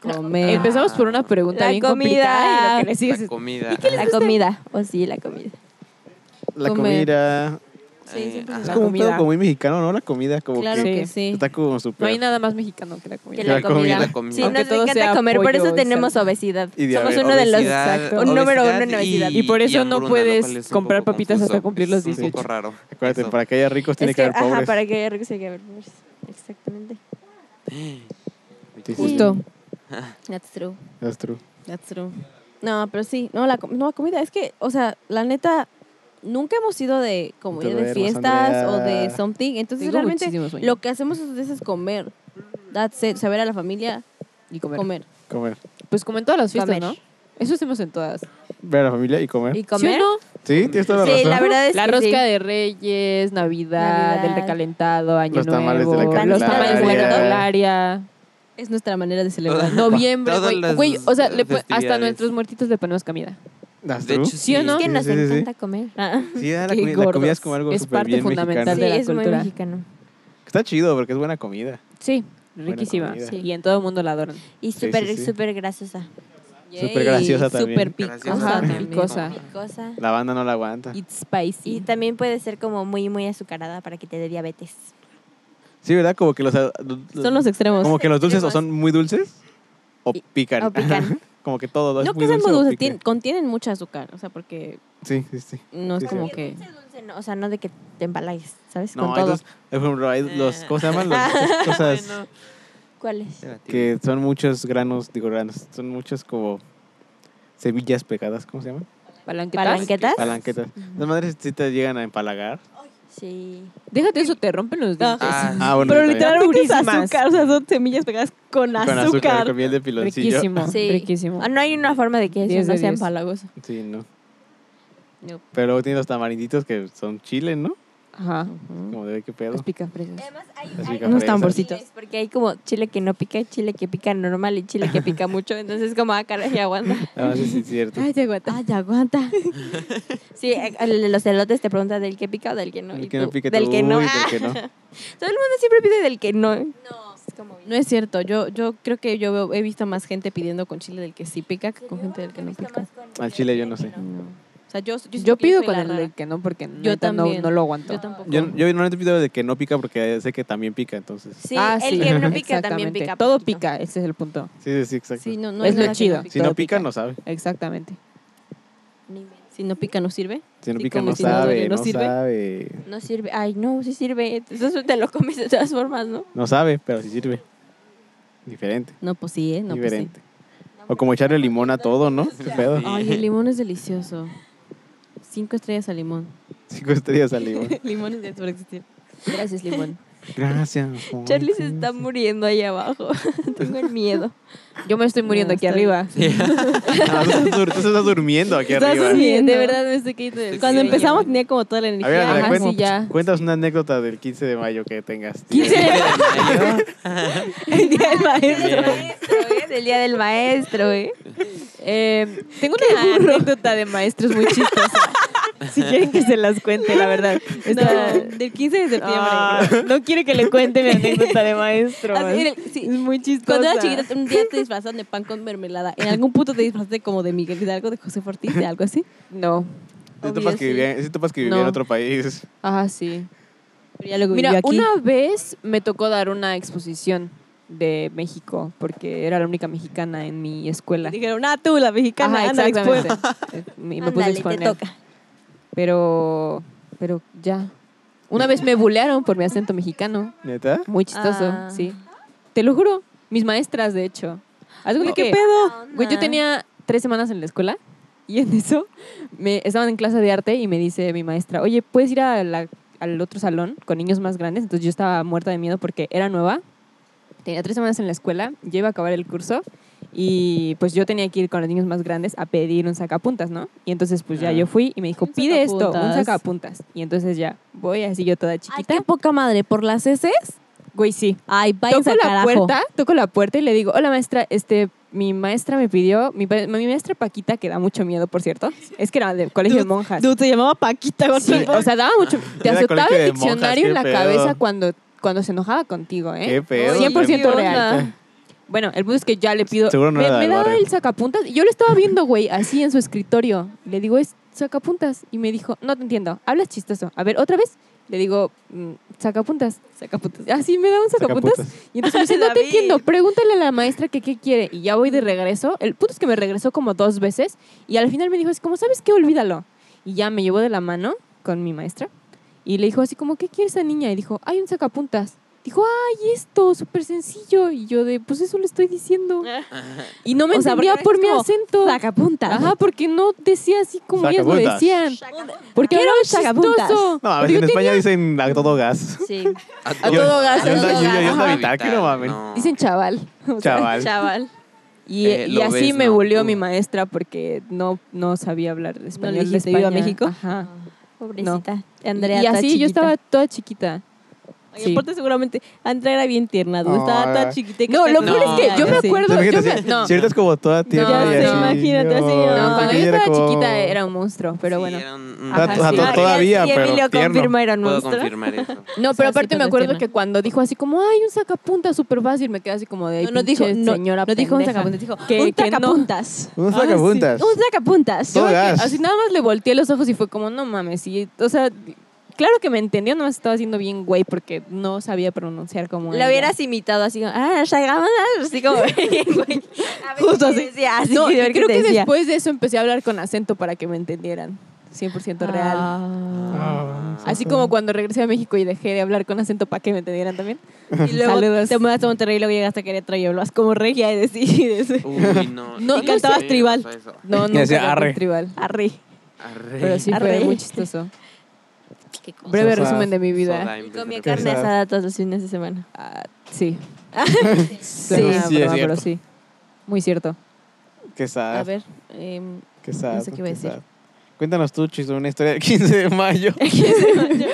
Comer. Empezamos por una pregunta La bien comida. complicada y lo que le La sigues es- comida. la comida, o sí, la comida. La Comer. comida. Eh, Es La ajá. como un pedo comida. como muy mexicano, ¿no? La comida como Claro que que sí. está como súper... No hay nada más mexicano que la Que comida. la, La comida. comida. La comida. Sí, Aunque nos todo encanta sea comer, por pollo, eso tenemos exacto. obesidad. Y Somos diabetes. uno de los Obesidad, exacto, un número uno en obesidad obesidad. Y por eso no hambruna, lo puedes cual es un comprar poco papitas hasta confuso. cumplir los Es un 18. poco raro. Acuérdate, eso. para que haya ricos tiene es que que, haber pobres. ajá, para que ricos hay que haber pobres. Exactamente. Sí, sí, sí. Justo. That's true. That's true. That's true. No, pero sí, no, la, com- no, la comida es que, o sea, la neta, nunca hemos ido de como Te ya de duermas, fiestas o Andrea. de something. Entonces, Tengo realmente, muchísimo sueño. lo que hacemos esos días es comer. That's it. O sea, ver a la familia, y comer. comer. Comer. ¿Eh? Pues como en todas las fiestas, Comer. ¿no? Eso hacemos en todas. Ver a la familia y comer. ¿Y comer? ¿Sí o no? Sí, tienes toda la Sí, razón. la verdad es La que rosca sí. de Reyes, Navidad, Navidad. el recalentado, Año Los tamales de Nuevo, la los tamales de la Candelaria. Candelaria, Es nuestra manera de celebrar. noviembre, Todas güey. las Güey, o sea, le pon- hasta festividades. nuestros muertitos le ponemos comida. That's De true. hecho, ¿Sí o no? Es que Sí, nos sí, sí, sí. encanta comer. Ah, Sí, la, Qué comi- la comida gordos. es como algo Es súper parte bien fundamental mexicano. sí, de la es muy cultura. mexicano. Está chido porque es buena comida. Sí, Buena riquísima. comida. Sí. Y en todo el mundo la adoran. Y Sí, súper, sí, sí. súper grasosa. Súper graciosa también. Súper Graciosa picosa. Ajá, también. picosa. Cosa. La banda no la aguanta. It's spicy. Y también puede ser como muy, muy azucarada para que te dé diabetes. Sí, ¿verdad? Como que los... Son los extremos. Como que los dulces o extremos. son muy dulces o Y- pican. o pican. Ajá. como que todo lo es no muy que sean dulce muy o dulces, pica. tien- contienen mucho azúcar. O sea, porque Sí, sí, sí. no es Sí, como sí. que. Dulce, dulce, no, o sea, no de que te embalagues, ¿sabes? No, Con hay todo. los, por ejemplo, hay los, ¿cómo se llaman? Las estas cosas ¿Cuál es? que son muchos granos, digo granos, son muchos como semillas pegadas, ¿cómo se llaman? Palanquetas. ¿Palanquetas? Palanquetas. Las madres sí te llegan a empalagar. Sí. Déjate eso, te rompen los dientes. Ah, Ah, bueno. Pero está bien. literal, bien. porque es Purísimas. azúcar. O sea, son semillas pegadas con Con azúcar, con azúcar. miel de piloncillo. Riquísimo, Sí. riquísimo. Ah, no hay una forma de que Diez eso de no sea diez. empalagoso. Sí, no. No. Pero luego tiene los tamarinditos que son chile, ¿no? Ajá. Como de qué Las pedo. pican fresas. Además, hay, Las hay pica Unos fresas. tamborcitos. chiles, porque hay como chile que no pica, chile que pica normal y chile que pica mucho. Entonces, como, ah, caray, aguanta. Ah, sí, sí, es cierto. Ay, ya aguanta. Ay, ya aguanta. Sí, eh, el- los elotes te preguntan del que pica o del que no. El y que tú, no pica, del tú, que no. uy, Ah, del que no. Todo el mundo siempre pide del que no. No, es como No es cierto. Yo, yo creo que yo veo- he visto más gente pidiendo con chile del que sí pica que con gente del que no pica. Al chile yo no sé. O sea, yo, yo, Yo, siento que pido soy con la el rara. del que no, porque Yo neta, no, también. no lo aguanto. Yo tampoco. Yo, yo normalmente pido de que no pica porque sé que también pica, entonces. Sí, Ah, el sí. que no pica también Exactamente. pica. pues, Todo poquito. pica, ese es el punto. Sí, sí, sí, exacto. Sí, no, no hay Es lo nada que chido. pique. si no todo pica, pica. no sabe. Exactamente. Ni me- Si no pica, no sirve. Si no Sí, pica, como no si no sabe, dolió, no no sirve. sabe. No sirve. Ay, no, sí sirve. Entonces te lo comes de todas formas, ¿no? No sabe, pero sí sirve. Diferente. No, pues sí, ¿eh? No, pues sí. diferente. O como echarle limón a todo, ¿no? ¿Qué pedo? Sí. Ay, el limón es delicioso. Cinco estrellas al limón. Cinco estrellas al limón. Limones de por existir. Gracias, Limón. Gracias. Juan. Charlie se está muriendo ahí abajo. Tengo el miedo. Yo me estoy muriendo No, aquí está arriba. Sí. Ah, tú, estás dur- tú estás durmiendo aquí Estás arriba. ¿eh? durmiendo. Sí, de verdad me estoy cayendo. del Cuando sueño. empezamos tenía como toda la A ver, energía. Andrea, Ajá, cuenta- sí, ya. cuéntanos una anécdota del 15 de mayo que tengas. el día del maestro. Maestro, ¿eh? Del día del maestro, ¿eh? Eh, tengo una anécdota de maestros muy chistosa. si quieren que se las cuente, Este la verdad. Está- No, del 15 de septiembre. Ah, no quiere que le cuente mi anécdota de maestro. ¿eh? Así, mira, es sí, muy chistosa. Cuando era chiquita, un día te disfrazaron de pan con mermelada. En algún punto te disfrazaste como de Miguel Hidalgo, de José Fortís, de algo así. No. Si topas que vivía, sí topas que vivía en No. otro país. Ajá, sí. Pero ya luego Mira, vivió aquí. una vez me tocó dar una exposición de México, porque era la única mexicana en mi escuela. Dijeron, ah, tú, la mexicana, pues". Ajá, anda, exactamente. expone". Y me puse a pues. Ándale, te exponer. toca. Pero, pero ya. Una vez me bulearon por mi acento mexicano. ¿Neta? Muy chistoso, Ah. sí. Te lo juro. Mis maestras, de hecho. Haz de cuenta Güey, ¿Qué que- pedo? Güey, Ah. yo tenía tres semanas en la escuela y en eso me estaban en clase de arte y me dice mi maestra, oye, ¿puedes ir a la- al otro salón con niños más grandes? Entonces yo estaba muerta de miedo porque era nueva, tenía tres semanas en la escuela, ya iba a acabar el curso y pues yo tenía que ir con los niños más grandes a pedir un sacapuntas, ¿no? Y entonces pues ya Ah. yo fui y me dijo, Un pide esto, un sacapuntas. sacapuntas. Y entonces ya voy así yo toda Ay, chiquita. qué poca madre. ¿Por las heces? Güey, sí Ay, vayan toco a la carajo. puerta, toco la puerta y le digo, hola maestra, este, mi maestra me pidió, mi, pa- mi maestra Paquita, que da mucho miedo, por cierto, es que era de colegio de monjas. Dude, se llamaba Paquita Sí, González. o sea, daba mucho, te Era azotaba colegio de el monjas, diccionario en qué la pedo. cabeza cuando, cuando se enojaba contigo, ¿eh? Qué pedo. 100% Qué real. Bueno, el punto es que ya le pido. Seguro no me, era me del daba barrio. el sacapuntas. y Yo lo estaba viendo, güey, así en su escritorio. Le digo, es sacapuntas. Y me dijo, no te entiendo. Hablas chistoso. A ver, otra vez. Le digo, mm, sacapuntas. Sacapuntas. Así me da un sacapuntas. Sacapuntas. Y entonces me dice, no te entiendo. Pregúntale a la maestra que qué quiere. Y ya voy de regreso. El punto es que me regresó como dos veces. Y al final me dijo, es como, ¿sabes qué? Olvídalo. Y ya me llevó de la mano con mi maestra. Y le dijo así como, ¿qué quiere esa niña? Y dijo, hay un sacapuntas. Dijo, ay, esto, súper sencillo. Y yo de, pues eso le estoy diciendo. Y no me O sea, entendía porque por mi es como, acento. Sacapuntas. Ajá, porque no decía así como ellas lo Sacapuntas. decían. ¿Qué Porque era era un sacapuntas? chistoso. No, a Porque veces en yo tenía- España dicen a todo gas. Sí. A todo gas, yo ando- yo- yo ando Ajá. vital, que no mamen. Dicen chaval. O sea, Chaval. Chaval. Y, Eh, y lo así ves, me ¿no? buleó mi Uh. maestra porque no, no sabía hablar español. de dijiste, "Viva España". México? Ajá. Pobrecita. Andrea y está así yo chiquita. estaba toda chiquita. Ay, Sí. Aparte, seguramente, Andrea era bien tierna, dude. Estaba Ah. tan chiquita. que No, está lo peor es que chiquita, yo me sí. acuerdo- Entonces, yo imagínate, me- si- no. si ahorita es como toda tierna Ya y sé, así, imagínate, así, no, Ah, No, cuando yo era estaba como- chiquita era un monstruo, pero bueno. Ah, Ajá, o sea, sí. to- Ah, todavía, sí, pero Emilio tierno. confirma, era Puedo nuestro. confirmar eso. No, Esa pero aparte me situación acuerdo extrema. que cuando dijo así como, ay, un sacapuntas súper fácil, me quedé así como de, No, no dijo, no, señora no dijo un pendeja". sacapuntas, dijo Que- un que no. sacapuntas. Unos Ah, sí. sacapuntas. Un sacapuntas. Todo Yo- gas. Así nada más le volteé los ojos y fue como, no mames. Y, o sea, claro que me entendió, nomás estaba haciendo bien güey porque no sabía pronunciar como La ella. hubieras imitado así como, ah, Shagamanas, así como, güey. A ver Justo qué así. decía, así, No, a y ver qué creo que decía. después de eso empecé a hablar con acento para que me entendieran. 100% real. Ah, Así como cuando regresé a México y dejé de hablar con acento para que me entendieran también. Y luego Saludos. te mudaste a Monterrey y luego llegaste a Querétaro y hablabas como regia y decides. Uy, no. No, Sí, no sí, estabas me tribal. pasó eso. No, Y no decía, "Arre". tribal. Arre. Arre. Pero sí Arre. fue muy chistoso. Qué cosa. Breve Sosa. resumen de mi Soda vida. en vez de Comía refresco. carne asada todos los fines de semana. Ah, sí. Sí, Era una sí, broma, es pero cierto. sí. Muy cierto. Qué A sad, ver, em, qué sad, no sé qué iba a decir. sad. Cuéntanos tú, Chis, una historia del 15 de mayo. 15 de mayo.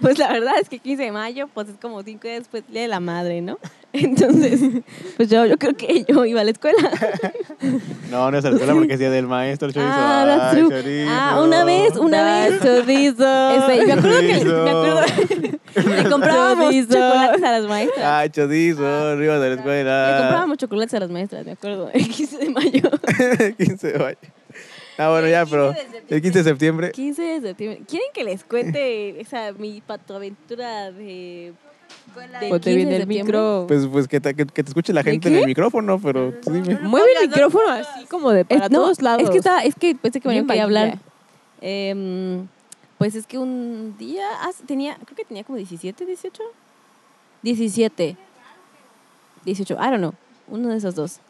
Pues la verdad es que 15 de mayo, pues es como 5 días después del Día de la madre, ¿no? Entonces, pues yo, yo creo que yo iba a la escuela. No, no es a la escuela porque es día del maestro, el chorizo. Ah, that's Ay, true. chorizo. Ah, una vez, una Ay, vez. Chorizo. Este, me acuerdo que me acuerdo, le comprábamos Chorizo. chocolates a las maestras. Ay, chorizo, arriba de la Le escuela. comprábamos chocolates a las maestras, me acuerdo, el 15 de mayo. 15 de mayo. Ah, bueno, ya, pero el 15 de septiembre. 15 de septiembre. ¿Quieren que les cuente esa mi patoaventura de del Ponte 15 bien de el septiembre? micro. Pues, pues que, te, que, que te escuche la gente en el micrófono, pero tú dime. Mueve el micrófono así como de para Es- no, todos lados. Es que, estaba, es que pensé que me Bien quería hablar. vainilla. Em, pues es que un día, ah, tenía, creo que tenía como 17, 18. 17. 18, I don't know. Uno de esos dos.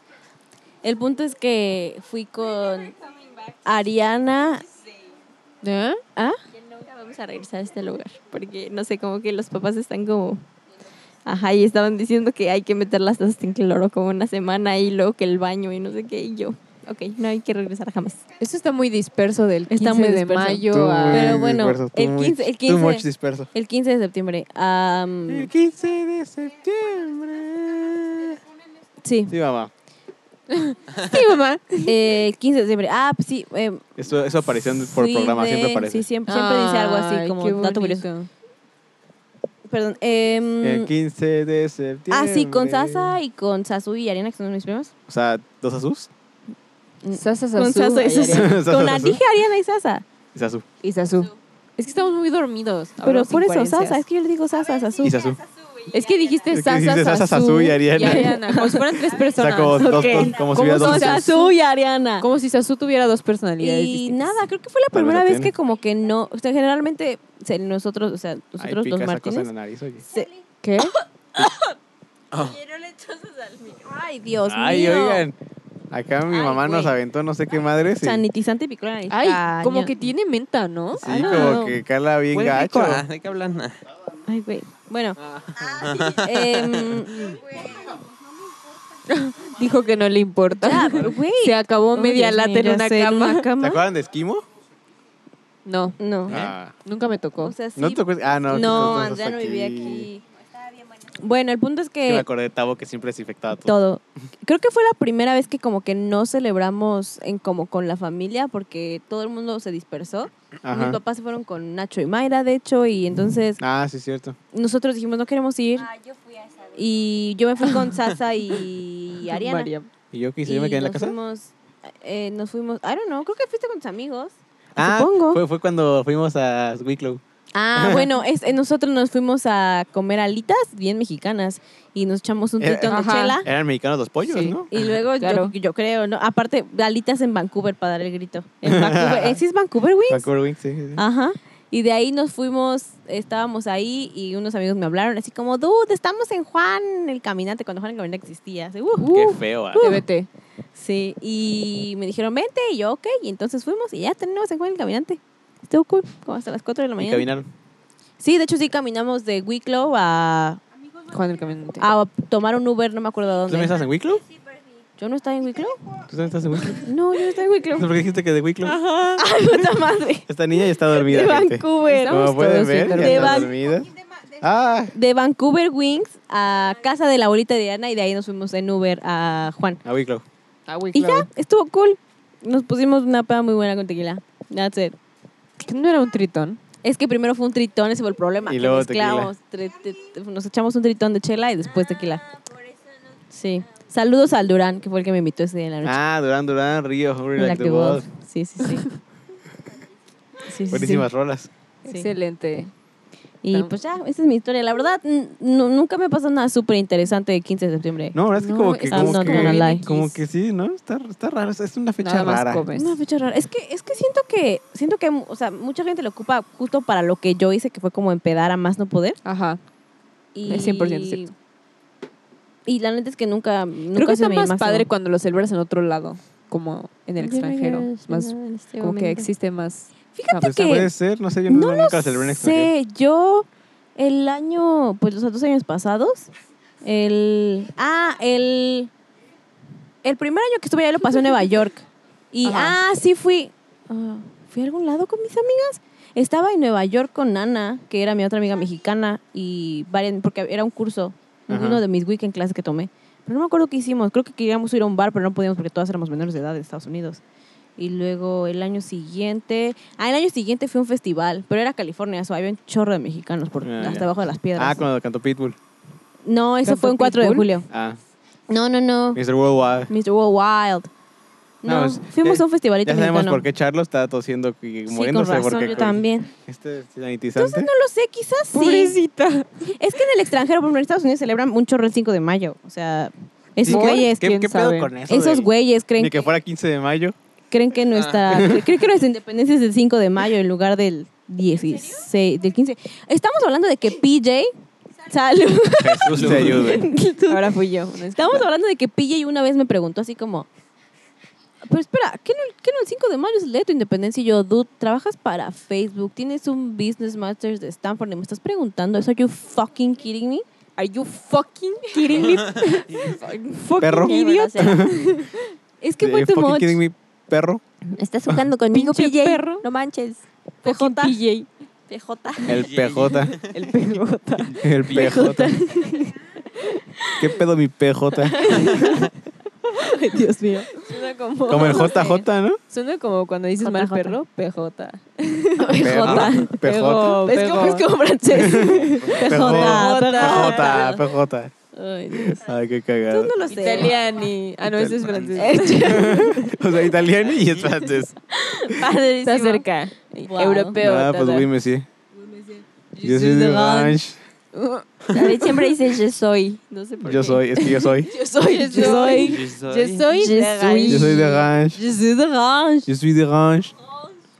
El punto es que fui con Ariana. ¿Eh? ¿Ah? Nunca vamos a regresar a este lugar, porque no sé, como que los papás están como... Ajá, y estaban diciendo que hay que meter las tazas en cloro como una semana y luego que el baño y no sé qué. Y yo, ok, no hay que regresar jamás. Eso está muy disperso del 15 Está muy de disperso. mayo Tú a... muy ah, Pero bueno, disperso, tú el muy- 15 el Mm. too 15 much disperso. El 15 de septiembre. am, El 15 de septiembre. sí, Sí, mamá. Sí, mamá. eh, el 15 de septiembre. Ah, pues sí. eh, Eso, eso apareció en- por fui programa, de- siempre aparece. Sí, siempre, siempre dice algo así, Ay, como qué dato bonito. curioso. Perdón. em, El 15 de septiembre. ah, sí, con Sasa y con Sasu y Ariana, que son mis primas. O sea, ¿dos Asus? Sasa, Mm. Con Sasu, Sasa y Ayari. Sasu. Con la- Sasu. dije Ariana y Sasa. Y Sasu. Y Sasu. Es que estamos muy dormidos. Pero hablamos por eso, incoherencias. Sasa. Es que yo le digo Sasa, Sasu. Y Sasu. Es que dijiste Es que Sasa, dijiste Sasa, Sasu y Ariana. Como si fueran tres O sea, personas. como, dos, Ok. dos- como si ¿Cómo hubiera dos son Con Asus. Sasu? Sasu y Ariana. Como si Sasu tuviera dos personalidades Y distintas. nada, creo que fue la Tal vez primera lo vez tiene. que como que no, o sea, generalmente se- nosotros, o sea, nosotros Ay, pica los esa cosa en Martínez. la nariz, oye. se- ¿Qué? Oh. Ay, Dios Ay, mío. oigan. Acá mi Ay, mamá nos güey. aventó no sé qué madre. Sí, Sanitizante y picor en la nariz. Ay, Cañón. como que tiene menta, ¿no? Sí, Ah, no. como que cala bien Huele rico, gacho. ah, ¿De qué hablan? Ah. Ay, güey. Bueno. em, Dijo que no le importa. ya, güey. Se acabó Oh, media Dios lata mío, en ya una sé, en cama. una ¿Te cama. acuerdan de Esquimo? No, No. Ah, nunca me tocó. O sea, sí. ¿No te acuerdas? Ah, no. no, entonces Andrea no vivía aquí- aquí. Bueno, el punto es Es que me que acordé de Tavo que siempre desinfectaba todo. todo. Creo que fue la primera vez que como que no celebramos en como con la familia porque todo el mundo se dispersó. Mis Ajá. papás se fueron con Nacho y Mayra, de hecho, y entonces Ah, sí, cierto. nosotros dijimos no queremos ir. Y yo me fui con Sasa y Ariana. Uh. Mariam. ¿Y yo qué hice? ¿Yo me Y quedé en la nos casa? Fuimos, eh, nos fuimos, I don't know, creo que fuiste con tus amigos. Ah, supongo. Fue, fue cuando fuimos a Wicklow. Ah, bueno, es, eh, nosotros nos fuimos a comer alitas bien mexicanas y nos echamos un Eh, tritón de ajá. chela. Eran mexicanos los pollos, Sí. ¿no? Y luego yo- Claro. yo, creo, ¿no? Aparte, alitas en Vancouver para dar el grito. En Vancouver, ¿eh, ¿sí es Vancouver, güey? Me acuerdo, güey, sí, sí, sí. Ajá. Y de ahí nos fuimos, estábamos ahí y unos amigos me hablaron así como, dude, estamos en Juan el Caminante, cuando Juan el Caminante existía. Así, "Uh". Qué feo, ah. TBT. Sí, y me dijeron, vente, y yo, ok, y entonces fuimos y ya terminamos en Juan el Caminante. Estuvo cool, como hasta las 4 de la Y mañana. caminaron. Sí, de hecho sí caminamos de Wicklow a, Juan el Caminante. a tomar un Uber, no me acuerdo a ¿Tú también dónde. estás en Wicklow? ¿Tú ¿Yo no estaba en Wicklow? también estás en Wicklow? No, yo no estaba en Wicklow. ¿Por qué dijiste que de Wicklow? Ah, puta madre. Esta niña ya está dormida, De gente. Vancouver. Como pueden todos ver, bien ya dormidos. está De dormida. Ah, De Vancouver Wings a casa de la abuelita de Diana y de ahí nos fuimos en Uber a Juan. a Wicklow. Ah, Y ya, estuvo cool. Nos pusimos una peda muy buena con tequila. That's it. ¿Que no era un tritón? Es que primero fue un tritón, ese fue el problema. Y que luego mezclamos. Tre- te- te- nos echamos un tritón de chela y después tequila. Sí. Saludos al Durán, que fue el que me invitó ese día en la noche. Ah, Durán, Durán, Río, Hurry En la Like que the vos- Wolf. Sí, sí, sí. Sí, sí, Buenísimas rolas. Sí. Excelente. sí. Y pues ya, esa es mi historia. La verdad, n- no- nunca me pasó nada súper interesante el 15 de septiembre. No, la verdad es que No, como que, es como not que, gonna lie. como que sí, ¿no? Está, está raro, es- es una fecha Nada más rara. comes. Una fecha rara. Es que, es que siento que, siento que, o sea, mucha gente lo ocupa justo para lo que yo hice, que fue como empedar a más no poder. Ajá. Y, Es 100% cierto. Y la neta es que nunca, nunca Creo que se está me más máximo. padre cuando lo celebras en otro lado, como en el extranjero. Es más, este como que existe más. Fíjate Pues, que puede ser, no sé, yo no no, nunca la celebré en extranjero. sé, yo el año, pues los dos años pasados, el, ah, el, el primer año que estuve allá lo pasé en Nueva York. Y, Ajá. ah, sí fui, ah, fui a algún lado con mis amigas. Estaba en Nueva York con Ana, que era mi otra amiga mexicana, y varias, porque era un curso, Ajá. uno de mis weekend clases que tomé. Pero no me acuerdo qué hicimos. Creo que queríamos ir a un bar, pero no podíamos porque todas éramos menores de edad en Estados Unidos. Y luego el año siguiente. Ah, el año siguiente fue un festival, pero era California, so había un chorro de mexicanos por Ah, hasta ya. abajo de las piedras. Ah, cuando cantó Pitbull. No, eso ¿Cantó fue un 4 de Pitbull? julio. Ah, No, no, no. Mr. Worldwide. Mr. World Wild. No, No, pues, fuimos ya- a un festivalito Ya sabemos mexicano. por qué Charlos está tosiendo y Sí, con muriéndose razón, porque yo también. este sanitizante. No lo sé, quizás sí. Pobrecita. Es que en el extranjero, por ejemplo, en Estados Unidos celebran un chorro el 5 de mayo. O sea, esos Sí, ¿qué- güeyes, ¿Qué, quién qué pedo sabe. con eso? esos del- güeyes creen Ni que fuera 15 de mayo. creen que nuestra Ah. creen que nuestra independencia es el 5 de mayo en lugar del 16 del 15 estamos hablando de que PJ salud Jesús te ayude. Ahora fui yo. estamos hablando de que PJ una vez me preguntó así como pero espera, ¿qué no, qué no el 5 de mayo es el día de tu independencia? Y yo, dude, trabajas para Facebook, tienes un Business Masters de Stanford y me estás preguntando eso. ¿Are you fucking kidding me? Are you fucking kidding me? fucking Perro. Qué idiot. grosera. Es que Eh, fue too fucking much. kidding me, perro. Estás jugando conmigo, Pinche PJ. perro. No manches. Fucking PJ. PJ. PJ. El Yay. PJ. El PJ. El PJ. ¿Qué pedo mi PJ? Ay, Dios mío. Suena como... Como el no sé. JJ, ¿no? Suena como cuando dices mal JJ. perro, PJ. PJ. PJ. Pego, Es como, pego. es como francés. PJ. PJ. PJ. PJ. Ay, Dios. Ay, qué Tú cagado. no lo sé. Italiani. Ah, no, ese es Italiani. francés. O sea, italiano y es francés. Padrísimo. Está cerca. Wow. Europeo. Ah, ta, pues ta. güey, me sí. Yo suis soy de de Ranch. Ranch. David Uh, siempre dice yo soy. No sé por Yo qué. soy, es que yo soy. Yo soy, yo Yo soy. Yo soy. Yo soy. de Yo soy. Yo Ranch. soy de Ranch. Yo soy de Ranch. Yo soy de Ranch.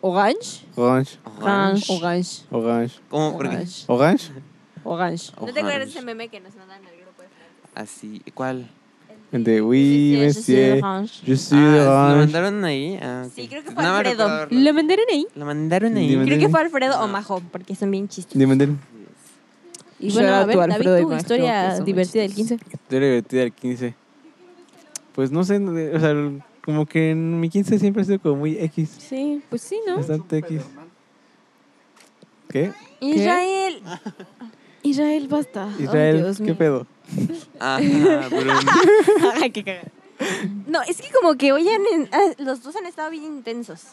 Orange. Ranch. Orange. Orange. Orange. ¿Cómo? Porque- Orange. Orange. Orange. ¿No te acuerdas de Orange. ese meme que nos mandan al grupo de Francia? Así, ¿cuál? El de oui, Yo soy de monsieur. Orange. Yo Sí, soy de ¿Lo Ranch. mandaron ahí? Ah, ok. Sí, creo que fue Nada más Alfredo. recuerdo verlo. ¿Lo mandaron ahí? ¿Lo mandaron ahí? Dime. Creo que fue Alfredo Ah. o Majo, porque son bien chistosos. Dime, dime. Y Shout bueno, a out ver, to Alfredo y David, Majo, tu que historia son muy divertida del chistosos. 15. Historia divertida del 15. Pues no sé, o sea, como que en mi 15 siempre ha sido como muy X. Sí, pues sí, ¿no? Bastante X. ¿Qué? Israel. Israel, basta. Ay, Israel, Dios ¿qué mío. pedo? Ajá, Bruno. No, es que como que hoy han en- ah, los dos han estado bien intensos.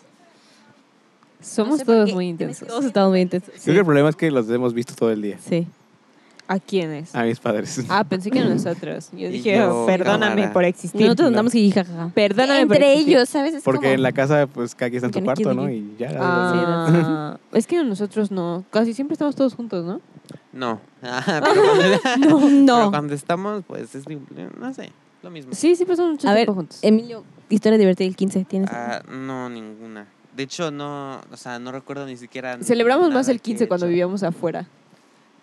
Somos No sé por todos qué, muy te mezclas. intensos. Todos estamos bien intensos. Creo que el problema es que los hemos visto todo el día. Sí. ¿A quiénes? A mis padres. Ah, pensé que a nosotros. Yo Y dije, "Oh, yo, perdóname cámara. por existir. Nosotros andamos y jajaja. Perdóname por Entre existir. ellos, ¿sabes? Es Porque como- en la casa, pues, cada quien está en tu Porque aquí cuarto, divi- ¿no? Y ya. Ah, es que nosotros no. Casi siempre estamos todos juntos, ¿no? No. Ajá, pero cuando- No, pero no. cuando estamos, pues es. No sé, lo mismo. Sí, siempre estamos mucho A ver, eh, tiempo juntos. Emilio, historia divertida del 15. ¿Tienes? Ah, no, ninguna. De hecho, no, o sea, no recuerdo ni siquiera. Celebramos más nada el que he 15 cuando hecho. vivíamos afuera.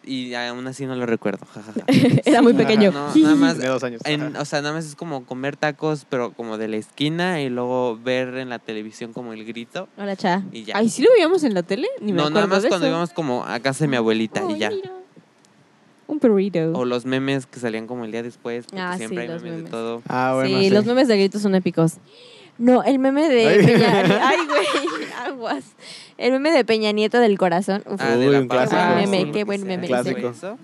Y aún así no lo recuerdo. jajaja. Era muy Ajá, pequeño. No, nada más. Tenía dos años. en- Ajá. o sea, nada más es como comer tacos, pero como de la esquina y luego ver en la televisión como el grito Hola, cha. y ya. Ay, ¿sí lo veíamos en la tele? Ni me no, nada acuerdo más de cuando eso. íbamos como a casa de mi abuelita y Ay, ya. mira. Un perrito. O los memes que salían como el día después, porque Ah, sí, siempre hay los memes, de memes. todo. Ah, bueno. sí, los memes de gritos son épicos. No, el meme de Ay. Peña... Ay, güey, aguas. El meme de Peña Nieto del corazón. Uf. Ah, de la Uy, un paz, clásico. ah, Qué buen sí, meme, qué buen sí, meme. Clásico. eso.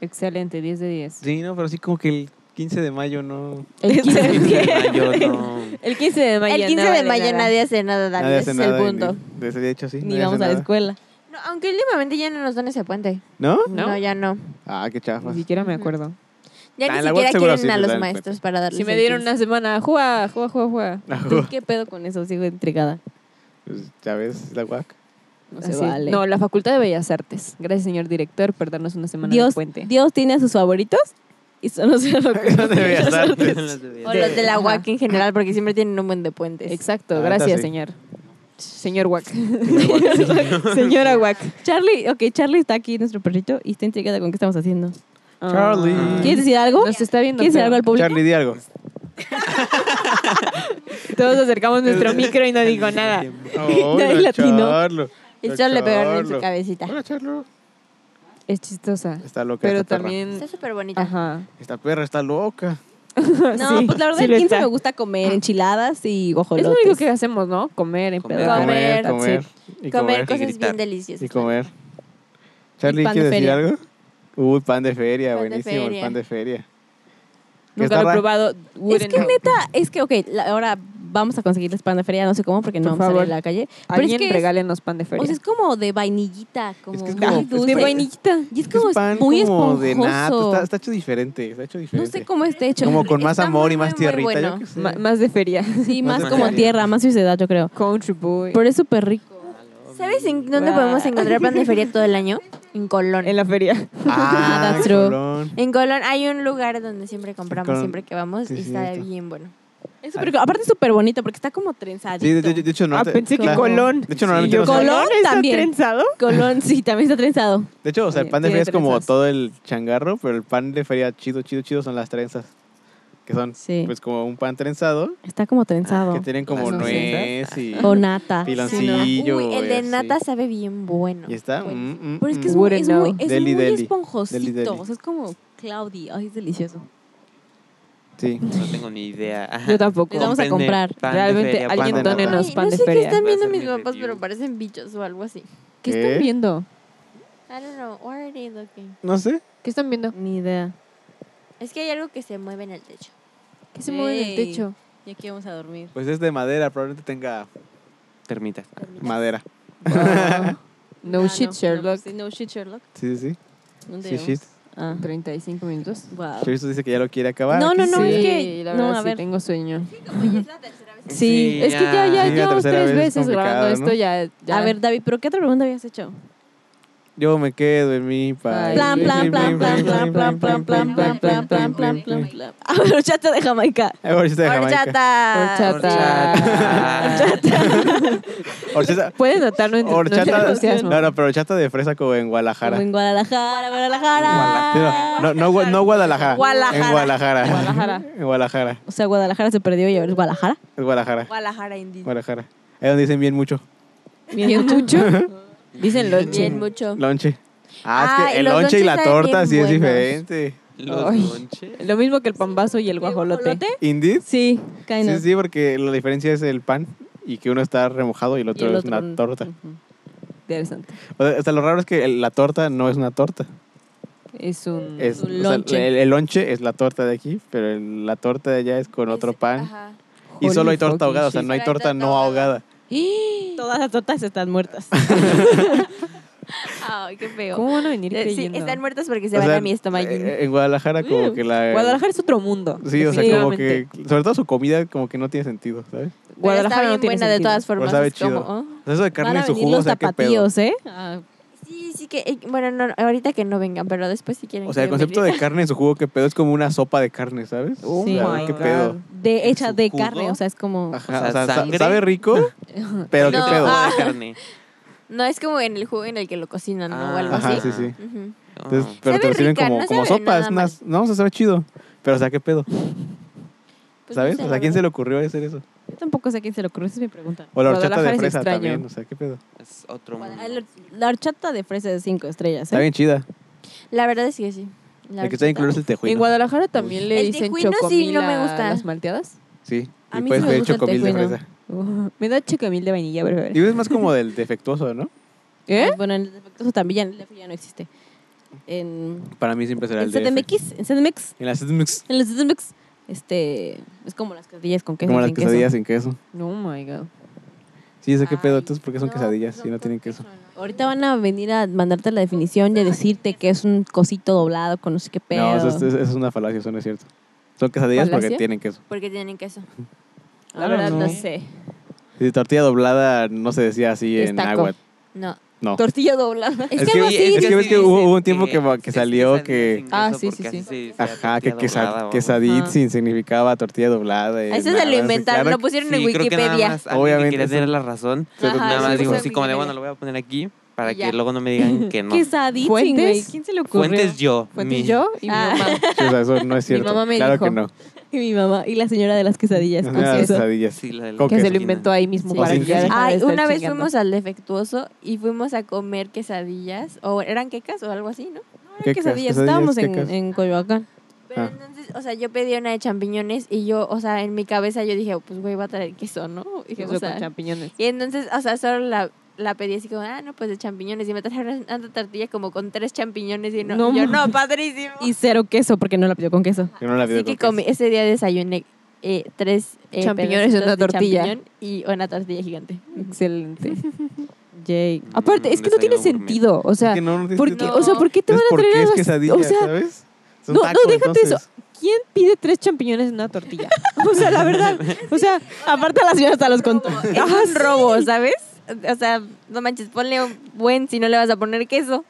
Excelente, 10 de 10. Sí, no, pero sí como que el 15 de mayo no... El 15 de Ah, Yo mayo. no. El 15 de mayo. el 15 nada de mayo nada. nadie hace nada, Dani, Nadie hace ese es nada el en- punto. De ese día hecho, sí. Ni nadie hace vamos a la nada. escuela. No, aunque últimamente ya no nos dan ese puente. ¿No? ¿No? No, ya no. Ah, qué chafa. Ni siquiera me acuerdo. Ya Ah, en ni la web siquiera seguro quieren sí a les los dan maestros para darles Si me el dieron 15. una semana, juega, juega, juega, juega. ¿Qué pedo con eso? Sigo intrigada. Pues, ya ves, la guac. No se vale. No, la Facultad de Bellas Artes. Gracias, señor director, por darnos una semana de Dios, puente. Dios tiene a sus favoritos y son los de Son de Bellas Artes. O los de la Ajá. UAC en general, porque siempre tienen un buen de puentes. Exacto, Ah, gracias, sí. señor. Señor Wack. Señora Wack. Charlie, ok, Charlie está aquí, nuestro perrito, y está intrigada con qué estamos haciendo. Charlie. Ah. ¿Quieres decir algo? Nos está viendo. ¿Quieres decir algo al público? Charlie, di algo. Todos acercamos nuestro micro y no digo nada. Hola, latinó. Charlo. El sol le pegó en su Charlo. cabecita. Hola, Charlo. Es chistosa. Está loca Pero esta perra. también. Está súper bonita. Mm. Ajá. Esta perra está loca. No, Sí, pues la verdad, sí el lo 15 está. me gusta comer enchiladas y Es ojolotes. lo único que hacemos, ¿no? Comer, Comer, empedar. Comer, comer, y comer comer, cosas gritar. bien deliciosas. y comer. Charlie, pan de ¿quieres decir feria. algo? Uy, pan de feria, Pan de buenísimo feria. el pan de feria. Que Nunca está lo he ra- probado. Es Wouldn't que know. neta, Ah, es que, ok, la- ahora vamos a conseguirles pan de feria, no sé cómo, porque no Por vamos a salir favor. a la calle. Pero es Alguien que es- regálenos pan de feria. o sea, es como de vainillita, como que es muy como- es dulce. que- De vainillita. Y es Es que como es pan muy como esponjoso. de nato, está, está hecho diferente, está hecho no diferente. sé cómo esté hecho. Como con más Está amor y muy, más muy, muy tierrita, yo bueno. qué sé. Ma- más de feria. Sí, más de como feria. tierra, más suciedad, yo creo. Country boy. Pero es súper rico. ¿Sabes en dónde Guau. podemos encontrar pan de feria todo el año? En Colón. En la feria. Ah, that's true. Colón. En Colón hay un lugar donde siempre compramos, Colón. siempre que vamos, Sí, y está cierto. bien bueno. Es súper rico. Aparte es súper bonito porque está como trenzadito. Sí, de, de- de hecho no. Ah, te- pensé que la- Colón. De hecho, normalmente Sí, no yo- se- ¿Colón Colón está también. trenzado? Colón, sí, también está trenzado. De hecho, o sea, el pan de Tiene feria es como trenzas. todo el changarro, pero el pan de feria chido, chido, chido son las trenzas. que son Sí. pues como un pan trenzado, Está como trenzado. que tienen como Las nuez y, O nata. piloncillo. Uy, el y de así. nata sabe bien bueno. Y está. Bueno. mm, mm, Pues, Pero es que es mm. muy, Wouldn't es muy, know. es Deli, muy deli. esponjosito. Deli, deli. O sea, es como cloudy. Ay, es delicioso. Sí. No tengo ni idea. Ajá. Yo tampoco. Les vamos a Compren comprar. pan de Realmente, feria, pan alguien de nata. dónenos. Ay, pan no de sé qué feria. Va están a viendo ser mis mi papás, review. pero parecen bichos o algo así. ¿Qué ¿Qué? están viendo? I don't know, what are they looking? No sé. ¿Qué están viendo? Ni idea. Es que hay algo que se mueve en el techo. ¿Qué se mueve en el Ey. techo? Y aquí vamos a dormir. Pues es de madera, probablemente tenga Termitas. madera. Wow. No Ah, shit, Sherlock. No, sí, no shit, Sherlock. Sí, sí, sí. ¿Dónde Sí, vamos? shit. Ah. 35 minutos. Wow. Chorizo dice que ya lo quiere acabar. No, aquí no, no, sí. es que- la no, verdad a sí ver. tengo sueño. Oye, es la tercera vez. Sí, es que ya, ya Sí, la llevamos tercera tres vez es veces grabando complicado, ¿no? esto, ya, ya. A ver, David, ¿pero qué otra pregunta habías hecho? Yo me quedo en mi país. Plan, plan, sí, sí, plan, plan, sí, plan, plan, plan, plan, plan, plan, plan, plan, plan, plan. Ah, horchata de Jamaica. Eh, Horchata de Jamaica. Horchata. horchata. Horchata. Pueden notarlo en tu- nuestro Horchata. entusiasmo. No, no, pero horchata de fresa como en Guadalajara. Como En Guadalajara, Sí, Ah. Guadalajara. no, no, no, Gua- no Guadalajara. Guadalajara. En Guadalajara. Guadalajara. En Guadalajara. O sea, Guadalajara se perdió y ahora es Guadalajara. Es Guadalajara. Guadalajara, indígena. Guadalajara. Ahí donde dicen bien mucho. Bien mucho. Dicen los Bien mucho. Lonche. Ah, es Ay, que el los lonche y lonches la saben torta bien sí es buenos. diferente. Los Ay. lonches. Lo mismo que el pambazo y el guajolote. ¿Indeed? Sí, kind Sí, of. sí, porque la diferencia es el pan y que uno está remojado y el Y otro, el es otro, una torta. ujú. Interesante. O sea, hasta lo raro es que el- la torta no es una torta. Es un... Es, Un o sea, lonche. el, el lonche es la torta de aquí, pero el- la torta de allá es con otro pan. Y solo Holy hay torta fucking ahogada, o sea, shit. no hay Pero hay torta torta no ahogada. ahogada. Todas las tortas están muertas. Pues Ay, qué feo. ¿Cómo van a venir Eh, Sí, creyendo? están muertas porque se O van sea, a mi estómago. Mm. eh, En Guadalajara como que la... Guadalajara es otro mundo. Eh, Sí, o sea, como que... definitivamente. Sobre todo su comida como que no tiene sentido, ¿sabes? Guadalajara Guadalajara no tiene buena de sentido. todas formas. Pero sabe es como, chido. ¿oh? O sea, eso Van de carne a y su venir jugo, o los sea, qué pedo. tapatíos, ¿eh? Sí, sí que, eh, bueno, no, ahorita que no vengan, pero después si quieren. O sea, el que concepto vengan. de carne en su jugo, qué pedo, es como una sopa de carne, ¿sabes? Oh Sí. O sea, my qué God. pedo. De, hecha ¿Su de jugo? carne, o sea, es como... Ajá, O sea, o sea, sa- sangre. sabe rico, pero No, qué pedo. ah, de carne. No, es como en el jugo en el que lo cocinan, ¿no? O algo Ah, Ajá, sí, así. sí. Ujú. Entonces, pero Sabe te lo sirven rica, como, no como sabe sopa, nada es una- no, o sea, sabe chido. Pero, o sea, qué pedo, Pues no ¿sabes? sé, O sea, la ¿a quién se le verdad. ocurrió hacer eso? Yo tampoco sé a quién se le ocurrió, esa es mi pregunta. O la horchata Guadalajara de es fresa extraño. también, o sea, qué pedo. es otro mundo. La, la horchata de fresa de cinco estrellas, Está ¿eh? bien chida. La verdad es que sí. La El que está horchata. incluido es el En tejuino. Guadalajara también le El dicen tejuino sí, chocomil no me a gusta. las malteadas. Sí, A y mí sí puedes me pedir gusta el chocomil de tejuino. fresa. me da chocomil de vainilla, pero... Y es más como del defectuoso, ¿no? ¿Eh? Pues, Bueno, en el defectuoso también, ya- el defectuoso ya no existe. En, Para mí siempre será en el DF. CDMX, en CDMX, En las CDMX. en los CDMX, este, es como las quesadillas con queso. Como las sin queso. quesadillas sin queso. oh No, my God. Sí, yo sé qué pedo. Ay, Entonces, ¿por qué son quesadillas si no con tienen queso? no. Ahorita van a venir a mandarte la definición y a decirte que es un cosito doblado con no sé qué pedo. No, eso, es- eso es una falacia, eso no es cierto. Son quesadillas porque ¿Falacia? tienen queso. Porque tienen queso. La verdad no, No. sé. Si tortilla doblada no se decía así Es en taco. agua. No. No. Tortilla doblada. Es, que algo sí, así. es que dice- ves que sí hubo- dicen hubo un tiempo que- que es quesadilla salió que- sin Ah, queso sí, sí, porque sí. así se dice Ajá, que tortilla doblada quesa, o- quesaditsin significaba tortilla doblada. Ah, eh, Eso nada se lo más, inventaron, claro lo que- pusieron en Sí, creo que nada Wikipedia. más alguien que Obviamente, quería eso- tener la razón. se lo- Ajá, nada sí, más sí, digo sí, así como de, Wikipedia. bueno, lo voy a poner aquí para Y ya. que luego no me digan que no. Quesadilla, güey. ¿Fuentes? ¿Quién se le ocurrió? Fuentes yo. Fuentes mi- yo y mi Ah. mamá. sí, o sea, eso no es Mi cierto. mamá me claro dijo. que no. Y mi mamá. Y la señora de las quesadillas No, con nada de queso. quesadillas. Sí, la de la Con Que se queso. lo inventó ahí mismo Sí. para O sin que ya queso. dejara de Ay, estar una vez chingando. fuimos al defectuoso y fuimos a comer quesadillas, o eran quecas o algo así, ¿no? ¿Qué quesadillas. cas- Estábamos en, quesadillas, eh, en Coyoacán. Pero Ah. entonces, o sea, yo pedí una de champiñones y yo, o sea, en mi cabeza yo dije, pues güey, va a traer queso, ¿no? Y, dije, Queso con o sea, champiñones. y entonces, o sea, solo la, la pedí así como, ah, no, pues de champiñones. Y me trajeron una tortilla como con tres champiñones y no, No y yo, mames. no, padrísimo. Y cero queso, porque no la pidió con queso. Yo no la vi Así que comí, ese día desayuné eh, tres eh, Champiñones y una pedacitos de tortilla. champiñón Y una tortilla gigante. Excelente. Jake. Aparte, es que no desayuno tiene gourmet. sentido. O sea, no, no, ¿por qué, No. o sea, ¿por qué te van a traer porque es algo así? quesadilla, O sea, ¿sabes? Es un no, no, taco, déjate entonces. eso. ¿quién pide tres champiñones en una tortilla? O sea, la verdad. O sea, Aparte, la señora hasta los contó. Es un robo, ¿sabes? O sea, no manches, ponle un buen si no le vas a poner queso.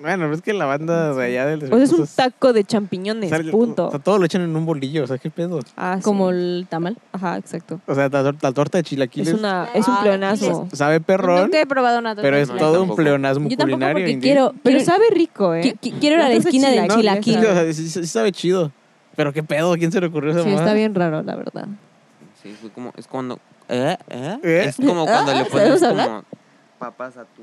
Bueno, pero es que la banda de allá del o sea, es un entonces, taco de champiñones, sale- O sea, punto. todo lo echan en un bolillo, o sea, qué pedo. Ah, sí. Como el tamal. Ajá, exacto. O sea, la, tor- la torta de chilaquiles Es, una, es un Ah, pleonasmo. sabe perrón, Nunca he probado una tortilla. pero es No, chilaquil. todo un tampoco. pleonasmo Yo tampoco culinario. porque indie. quiero, Pero quiero, sabe rico, ¿eh? qui- qui- quiero ir a la Entonces, esquina del No, chilaquiles, chilaquil. sí, o sea, sí- sí sabe chido. Pero qué pedo, ¿quién se le ocurrió esa Sí, está mamada? bien raro, la verdad. Sí, fue como, es cuando, ¿eh? ¿eh? ¿Eh? Es como cuando le ¿sabemos pones hablar? como papas a tu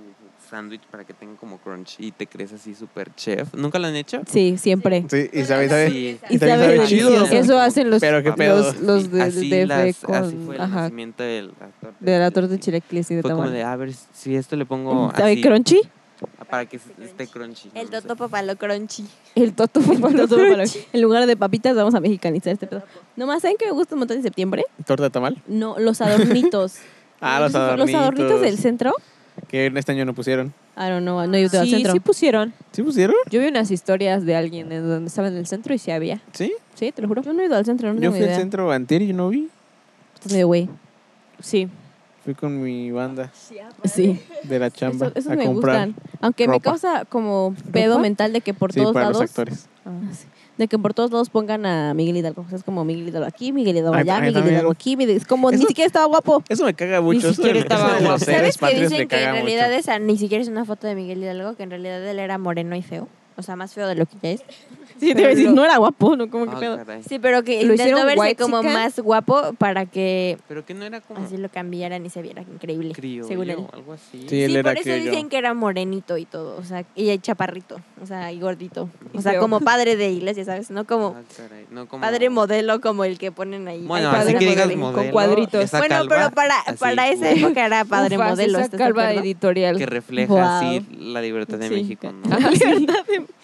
sándwich para que tenga como crunch y te crees así súper chef. ¿Nunca lo han hecho? Sí, siempre. Sí, y sabe, sabe. Sí. Y Y también sabe sabe chido. delicioso. Eso hacen los, Pero qué pedo. los, los de, así, de- las- con- así fue el ajá, nacimiento del, la torta de la torta de chilaquiles. chilaquiles y de Fue como tamal. de, "Ah, a ver, si esto le pongo ¿Sabe así crunchy? para que esté crunchy. El no sé. totopo para lo crunchy. El toto fue para Todo los para- crunchy. En lugar de papitas, vamos a mexicanizar este pedo. Nomás, ¿saben que me gusta un montón de septiembre? ¿Torta de tamal? No, los adornitos. Ah, los adornitos. Los adornitos del centro. Que en este año no pusieron. I don't know, no he ido al Sí, centro. sí pusieron. ¿Sí pusieron? Yo vi unas historias de alguien en donde estaba en el centro y sí había. ¿Sí? Sí, te lo juro. Yo no he ido al centro, no Yo tengo fui al idea. centro antier y yo no vi. Estás medio güey. Sí. Fui con mi banda Sí, de la chamba eso- esos a me comprar. gustan. Aunque me ropa. causa como pedo ¿Ropa? mental de que por Sí, todos para los lados actores. de que por todos lados pongan a Miguel Hidalgo. O sea, es como Miguel Hidalgo aquí, Miguel Hidalgo Ay, allá, ay, Miguel también. Hidalgo aquí. Miguel- Es como ni Eso- siquiera estaba guapo. Eso me caga mucho. Eso de, siquiera eso estaba de los guapo. seres ¿Sabes que patrios dicen me que en caga realidad mucho. esa ni siquiera es una foto de Miguel Hidalgo, que en realidad él era moreno y feo? O sea, más feo de lo que ya es. Sí, te iba a decir, no era guapo, ¿no? Como Ah, caray. Sí, pero que Lo intentó hicieron verse white como chica. más guapo para que Pero que no era como así lo cambiaran y se viera increíble, criollo según él. o algo así. Sí, él Sí, era por eso criollo. dicen que era morenito y todo, o sea, y chaparrito, o sea, y gordito. Y O sea, feo. como padre de iglesia, ¿sabes? No como Ah, caray, no como- padre modelo como el que ponen ahí. Bueno, Ay, así padre que digas modelo. modelo. cuadritos. esa Bueno, calva, pero para, así, para esa uf, época era padre Ufas, modelo. Esa ¿estás de calva acuerdo? editorial. Que refleja Wow. así la libertad de Sí. México. ¿no? Ajá, sí.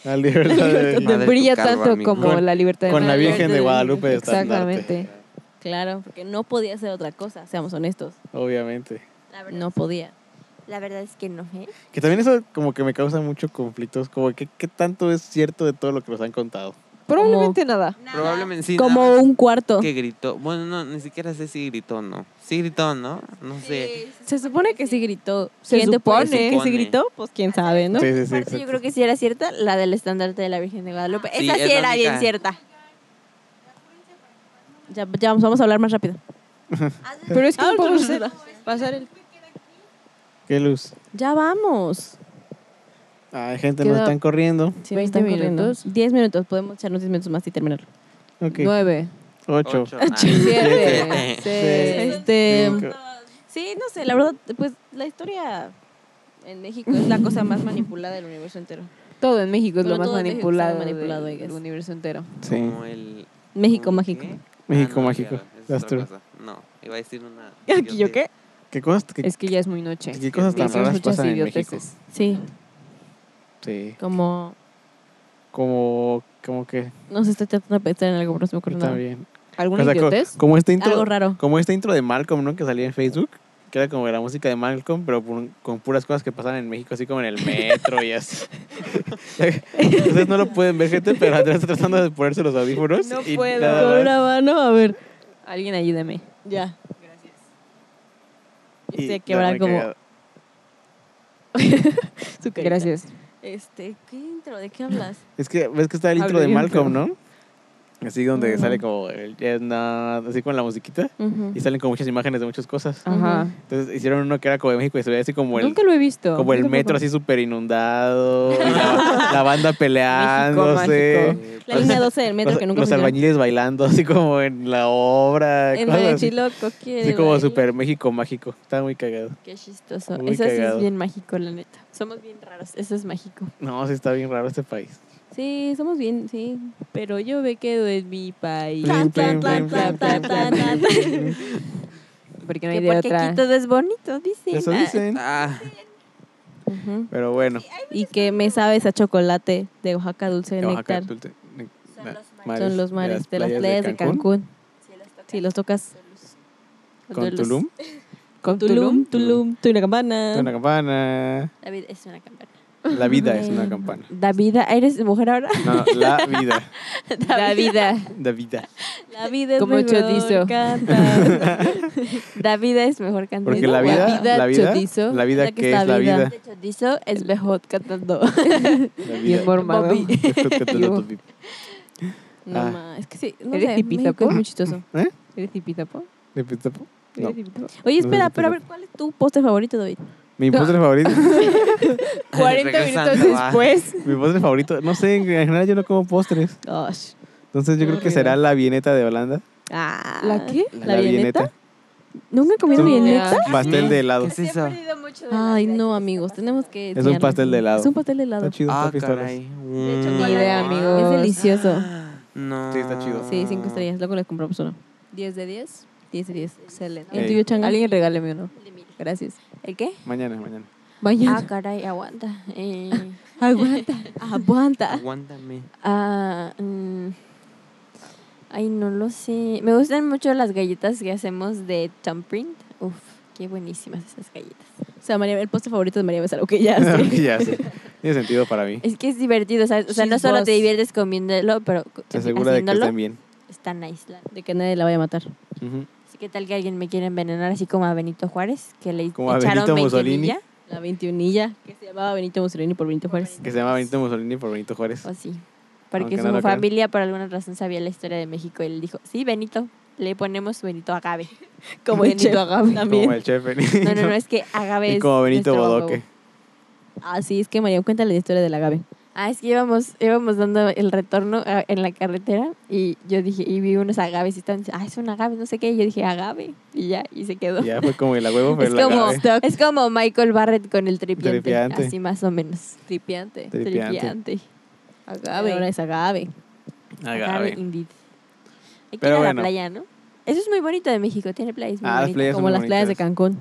La libertad de- Madre tu brilla calva, tanto amigo. como Con- la libertad con la Madrid. Virgen de Guadalupe de estandarte. Exactamente. Claro, porque no podía ser otra cosa, seamos honestos. Obviamente. La verdad, No podía. la verdad es que no, ¿eh? Que también eso como que me causa mucho conflictos. Como que qué tanto es cierto de todo lo que nos han contado. Probablemente nada. Probablemente sí. nada Como más un cuarto. Que gritó. Bueno, no, ni siquiera sé si gritó o no. Sí gritó, ¿no? No sé. Se supone que sí gritó. Se ¿Quién te puede decir supone. que sí Supone. gritó? Pues quién sabe, ¿no? Sí, sí, sí. Aparte, yo exacto. creo que sí era cierta la del estandarte de la Virgen de Guadalupe. Sí, Esa sí es la era bien única. cierta. Ya, ya vamos, vamos a hablar más rápido. Pero es que Ah, no podemos pero- hacer- pasar el... Qué luz. Ya vamos. Ay, gente, nos Queda- están corriendo. Sí, 20 están corriendo. minutos. 10 minutos, podemos echarnos 10 minutos más y terminarlo. Ok. 9, Ocho. Ocho. Ah, siete. 7, 6... Este, Cinco. sí, no sé, la verdad, pues la historia en México es la cosa más manipulada del universo entero. Todo en México es Todo- lo más todo en México está manipulado, manipulado, I del guess. universo entero. Sí. Como el- México ¿cómo mágico. qué? México Ah, no, mágico. ya, es That's otra true. cosa. No, iba a decir una. ¿Aquí yo qué? ¿Qué cosas, qué, Es que ya es muy noche. qué cosas tan Hicimos raras muchas pasan en México? idioteces. Sí, Sí. como Como, como que no sé, estoy tratando de pensar en algo, pero no se me ocurre está nada. bien. ¿Alguna O sea, co- idiotez? como, este intro, Algo raro. como este intro de Malcolm, ¿no? Que salía en Facebook. Que era como la música de Malcolm, pero por- con puras cosas que pasan en México, así como en el metro y así. Ustedes no lo pueden ver, gente, pero Andrea está tratando de ponerse los audífonos. No y puedo. nada Con más. una mano, a ver. Alguien ayúdeme. Ya. Y Gracias. que está habrá muy como cagado. su carita. Gracias. Este, ¿qué intro? ¿De qué hablas? Es que ves que está el intro Hablé de bien, Malcolm, pero- ¿no? Así donde Ujú. sale como el Yes, no, así con la musiquita. Y salen como muchas imágenes de muchas cosas. Ajá. Ujú. Entonces hicieron uno que era como de México y se veía así como el, Nunca lo he visto. como el Nunca lo metro conozco. así súper inundado, y la, la banda peleándose, mágico. La línea 12 del metro los, que nunca los funcionó. albañiles bailando así como en la obra, En cosas Mariachi así, Loco, ¿quién? Así como Mariachi? súper México mágico, está muy cagado. Qué chistoso. Muy eso sí es cagado. bien mágico, la neta. Somos bien raros, eso es mágico. No, sí está bien raro este país. Sí, somos bien, sí. Pero yo me quedo en mi país. Plim, Tan, plim, tan, tan, plim, tan, plim, tan, plim, tan. plim, plim, plim. Porque no Que hay de porque otra. este, aquí todo es bonito, dicen. Eso Ah, dicen, Ah, Ujú. pero bueno. Y que me sabes a chocolate de Oaxaca dulce de de Oaxaca, néctar. Tulte- ne- Son na- los mares. Son los mares de las playas de Cancún, Cancún. si los tocas. Si los tocas. Con Tulum, Con Tulum, Tulum, Tulum. Tulum, la es una campana. campana. La vida es una campana. La vida es una campana. David, ¿eres mujer ahora? No, la vida. La vida. La vida. La vida es Como mejor chorizo. canta. David es mejor cantante. Porque la vida, vida la vida, chorizo, la vida la que que es es la vida. De hecho, Dizo es mejor cantando. La Bien vida. mormado. Bobby. Esto que te lo tuve. No, Ah. ma, es que sí, no ¿Eres sé, hipitapo? México es muy chistoso. ¿Eh? ¿Eres hipitapo? ¿De Pitapo? No. ¿Eres hipitapo? Oye, No sé espera, si te pero a lo- ver, ¿cuál es tu postre favorito, David? Mi postre favorito. 40 Regresando minutos a- después. Mi postre favorito. No sé, en general yo no como postres. Gosh. Entonces yo creo que Horrible. será la vieneta de Holanda. Ah. ¿La qué? ¿La, vieneta? ¿Nunca he comido Sí. vieneta? Un pastel de helado. ¿Qué es eso? Ay, no, amigos, tenemos que... Es un enseñarles. pastel de helado. Es un pastel de helado. Está chido, Ah, está pistolas. caray. chocolate. Ni idea, Mm. amigos. Es delicioso. No. Sí, está chido. Sí, cinco estrellas. Luego les compramos uno. 10 de 10. 10 de 10. Excelente. Ey. ¿El tuyo, Changa? Alguien regáleme uno. Gracias. ¿El qué? Mañana, mañana. Ah, Mañana. caray, aguanta. Eh, Aguanta. Aguanta. Aguántame. ah, mm, ay, no lo sé. Me gustan mucho las galletas que hacemos de thumbprint. Uf, qué buenísimas esas galletas. O sea, María, el postre favorito de María Besaro. Ok, ya Creo que sé. ya sé. Tiene sentido para mí. Es que es divertido, ¿sabes? O sea, no Cheese solo te balls. diviertes comiéndolo, pero Se asegura de que haciéndolo estén bien. está nice. la- De que nadie la vaya a matar. Ujú. Así que tal que alguien me quiere envenenar, así como a Benito Juárez, que le Como a echaron Benito Mussolini. vainilla. La 21illa, que se llamaba Benito Mussolini por Benito Juárez. Que se llama Benito Mussolini por Benito Juárez. O sí. Porque Aunque su no lo crean. familia, por alguna razón, sabía la historia de México y le dijo: Sí, Benito, le ponemos Benito Agave. Como Benito Benito Agave. Como También. el chef ¿eh? No, no, no, es que Agave Y es. como Benito nuestro Bodoque. abajo. Ah, sí, es que María, cuéntale la historia del agave. Ah, es que íbamos, íbamos dando el retorno ah, en la carretera y yo dije, y vi unos agaves y estaban, ah, es un agave, no sé qué. Y yo dije, agave. Y ya, y se quedó. Ya fue como el a huevo, pero Es la como, grabé. es como Michael Barrett con el tripiante, Tripiante. así más o menos. Tripiante. Tripiante. Tripiante. Agave. Ah, Ahora es agave. Agave, Agave. indeed. Hay que Pero ir a bueno. la playa, ¿no? Eso es muy bonito de México, tiene playas muy Ah, las bonitas. playas Como son las bonitas. playas de Cancún.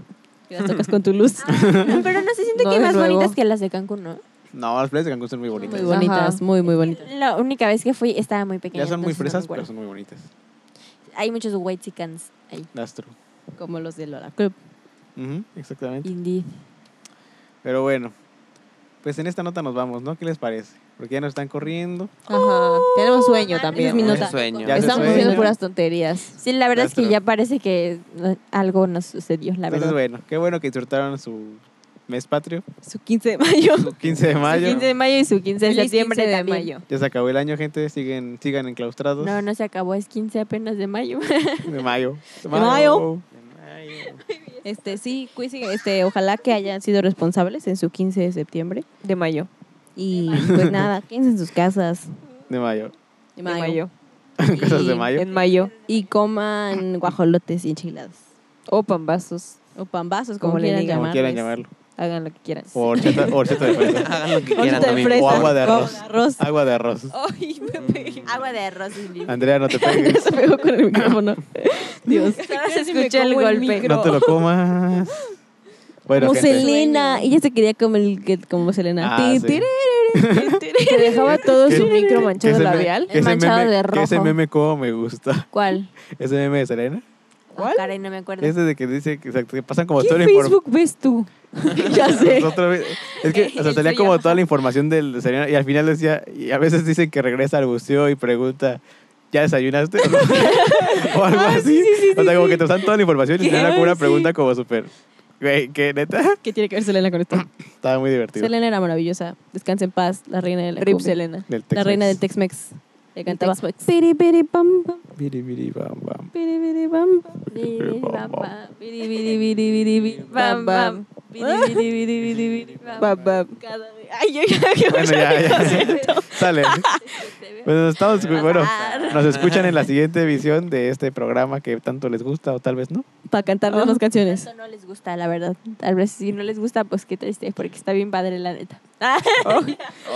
Que las tocas con tu luz. Ah, pero no sé, siento No, que hay más luego. bonitas que las de Cancún, ¿no? No, las playas de Cancún son muy muy bonitas. Ajá. bonitas, muy, muy bonitas. La única vez que fui estaba muy pequeña. Ya son muy entonces no me fresas, acuerdo. pero son muy bonitas. Hay muchos white chickens ahí. That's true. Como los de Lola Club. Ujú, exactamente. Indeed. Pero bueno, pues en esta nota nos vamos, ¿no? ¿Qué les parece? Porque ya nos están corriendo. Ajá. Tenemos sueño Esa Oh, es mi también. nota. sueño. Ya se Estamos sueña. haciendo puras tonterías. Sí, la verdad That's es que true. ya parece que eh, algo nos sucedió, la Entonces, verdad. bueno, qué bueno que disfrutaron su mes patrio, Su 15 de mayo. su 15 de mayo. 15 de mayo y su 15 de Feliz septiembre 15 de también. mayo. Ya se acabó el año, gente. Siguen, sigan enclaustrados. No, no se acabó, es 15 apenas de mayo. De mayo. mayo. De De mayo. Este, sí, quiz, este, ojalá que hayan sido responsables en su 15 de septiembre. De mayo. Y pues nada, quédense en sus casas. De mayo. De De mayo. Cosas de Y- mayo. En mayo. Y coman guajolotes y enchiladas. O pambazos. O pambazos, Como como, le le digan. quieran Como llamar. quieran llamarles. llamarlo. Hagan lo que quieran. O horchata, o horchata de fresa. Hagan lo que Once quieran de también. Mm. fresa. O agua de arroz. O arroz. Agua de arroz. Ay, me pegué. Agua de arroz, Indeed. Andrea, no te pegues. Se pegó con el micrófono. Dios. Solo se Casi me escucha el como el golpe. micro. No te lo comas. Bueno, Como gente. Selena. Ella se quería como, el, que- como Selena. Ah, Ti, sí. ti, Que dejaba todo su ¿Qué- micro que manchado ese labial. meme- que ese manchado meme- de que Ese rojo. meme como me gusta. ¿Cuál? Ese meme de Serena. Ah, caray, no me acuerdo. Ese de que dice que, o sea, que pasan como ¿Qué toda la Facebook ves tú? ya sé. información. Es que o sea, El salía suyo. como toda la información del de Serena y al final decía, y a veces dicen que regresa al buceo y pregunta, ¿ya desayunaste? o no?" o algo así. o sea, como que te dan toda la información y te dan como una pregunta como súper, güey, ¿qué neta? ¿Qué tiene que ver Selena con esto? Estaba muy divertido. Selena era maravillosa. Descansa en paz, la reina de la Rip cumbia. Selena. Del La Tex-Mex. reina del Tex-Mex. Le Del cantaba. Tex-Mex. Piri, piri, pam, pam, Biri, biri, bam, bam. piri, piri, pam, pam, Biri, biri, bam, bam. piri, piri, piri, piri, piri, Bam, bam. Biri, biri, biri, biri, biri, bam, bam. Bab, bab. Cada vez- Ay, yo ya que Bueno, ya, ya. Sale. Bueno, nos estamos, bueno, nos escuchan en la siguiente edición de este programa que tanto les gusta o tal vez no. Para Ah. cantarles las canciones. Eso no les gusta, la verdad. Tal vez si no les gusta, pues qué triste, porque está bien padre, la neta. Ah,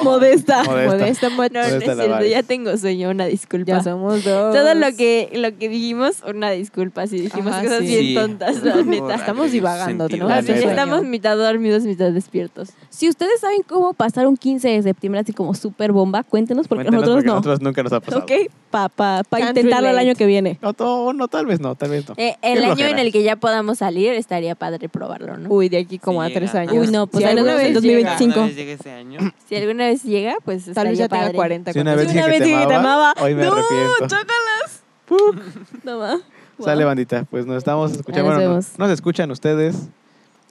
Modesta. Oh. Modesta. Modesta. No, no ¿Dónde es está la cierto, Vale? ya tengo sueño, una disculpa. Ya somos dos. Todo lo que, lo que dijimos, una disculpa. Si dijimos Ajá, cosas sí. bien Sí. tontas, Por la favor, neta. Estamos divagando, sentido. tenemos Pues La neta. Estamos mitad dormidos, mitad despiertos. Si ustedes saben cómo pasar un 15 de septiembre así como súper bomba, cuéntenos porque Cuéntanos, nosotros porque no. nosotros nunca nos ha pasado. Ok, para pa, pa Can't intentarlo el relate. año que viene. No, to- no, tal vez no, tal vez no. Eh, el Qué año flojera. en el que ya podamos salir, estaría padre probarlo, ¿no? Uy, de aquí como Sí a tres llega. años. Uy, no, pues Si ahí nos alguna vemos en vez 2025. Cada vez llega ese año. Si alguna vez llega, pues llega, Tal vez ya estaría tenga padre. 40. Si una cuando vez llegue. dije que te amaba, hoy me arrepiento. No va. Sale, bandita. Pues nos estamos escuchando. Ahí nos Bueno, vemos. nos escuchan ustedes.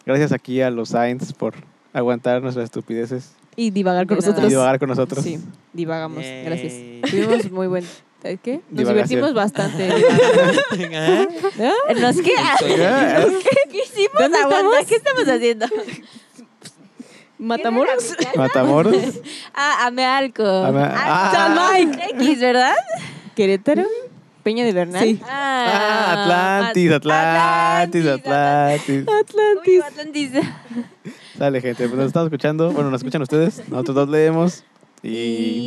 Gracias aquí a los Saints por aguantar nuestras estupideces Y divagar con De nada. y nosotros. divagar con nosotros. Eh. Sí, divagamos. Yay. Gracias. Tuvimos muy buen... ¿eh, ¿Qué? Nos Divagación. divertimos bastante. ¿Ah? ¿Ah? Nos queda. Ya, ¿Qué hicimos? ¿Dónde Aguanta, estamos? ¿Qué estamos haciendo? Matamoros. Matamoros. Ah, Amealco. Ame- Ah, Ah. X, ¿verdad? Querétaro, Peña de Bernal. Sí. Ah, Atlantis, Atlantis, Atlantis. Uy, Atlantis. Atlantis. Dale, gente, pues nos están escuchando. Bueno, nos escuchan ustedes. Nosotros dos leemos. Y,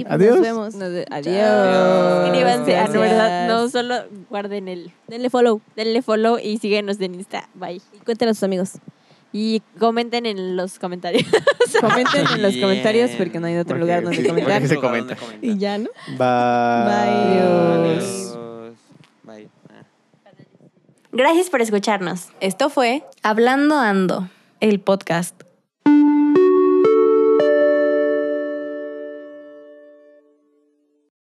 Y pues adiós. Nos vemos. Nos de- Chao. Adiós. Suscríbanse a Gracias. No Verdad. No solo guarden el. Denle follow Denle follow y síguenos en Insta. Bye. y cuéntenle a sus amigos. Y comenten en los comentarios. Comenten en los comentarios Bien. porque no hay otro Porque lugar donde sí, porque comentar. sí. se comenta. Y ya, ¿no? Bye. Adiós. Bye. Ah. Gracias por escucharnos. Esto fue Hablando Ando, el podcast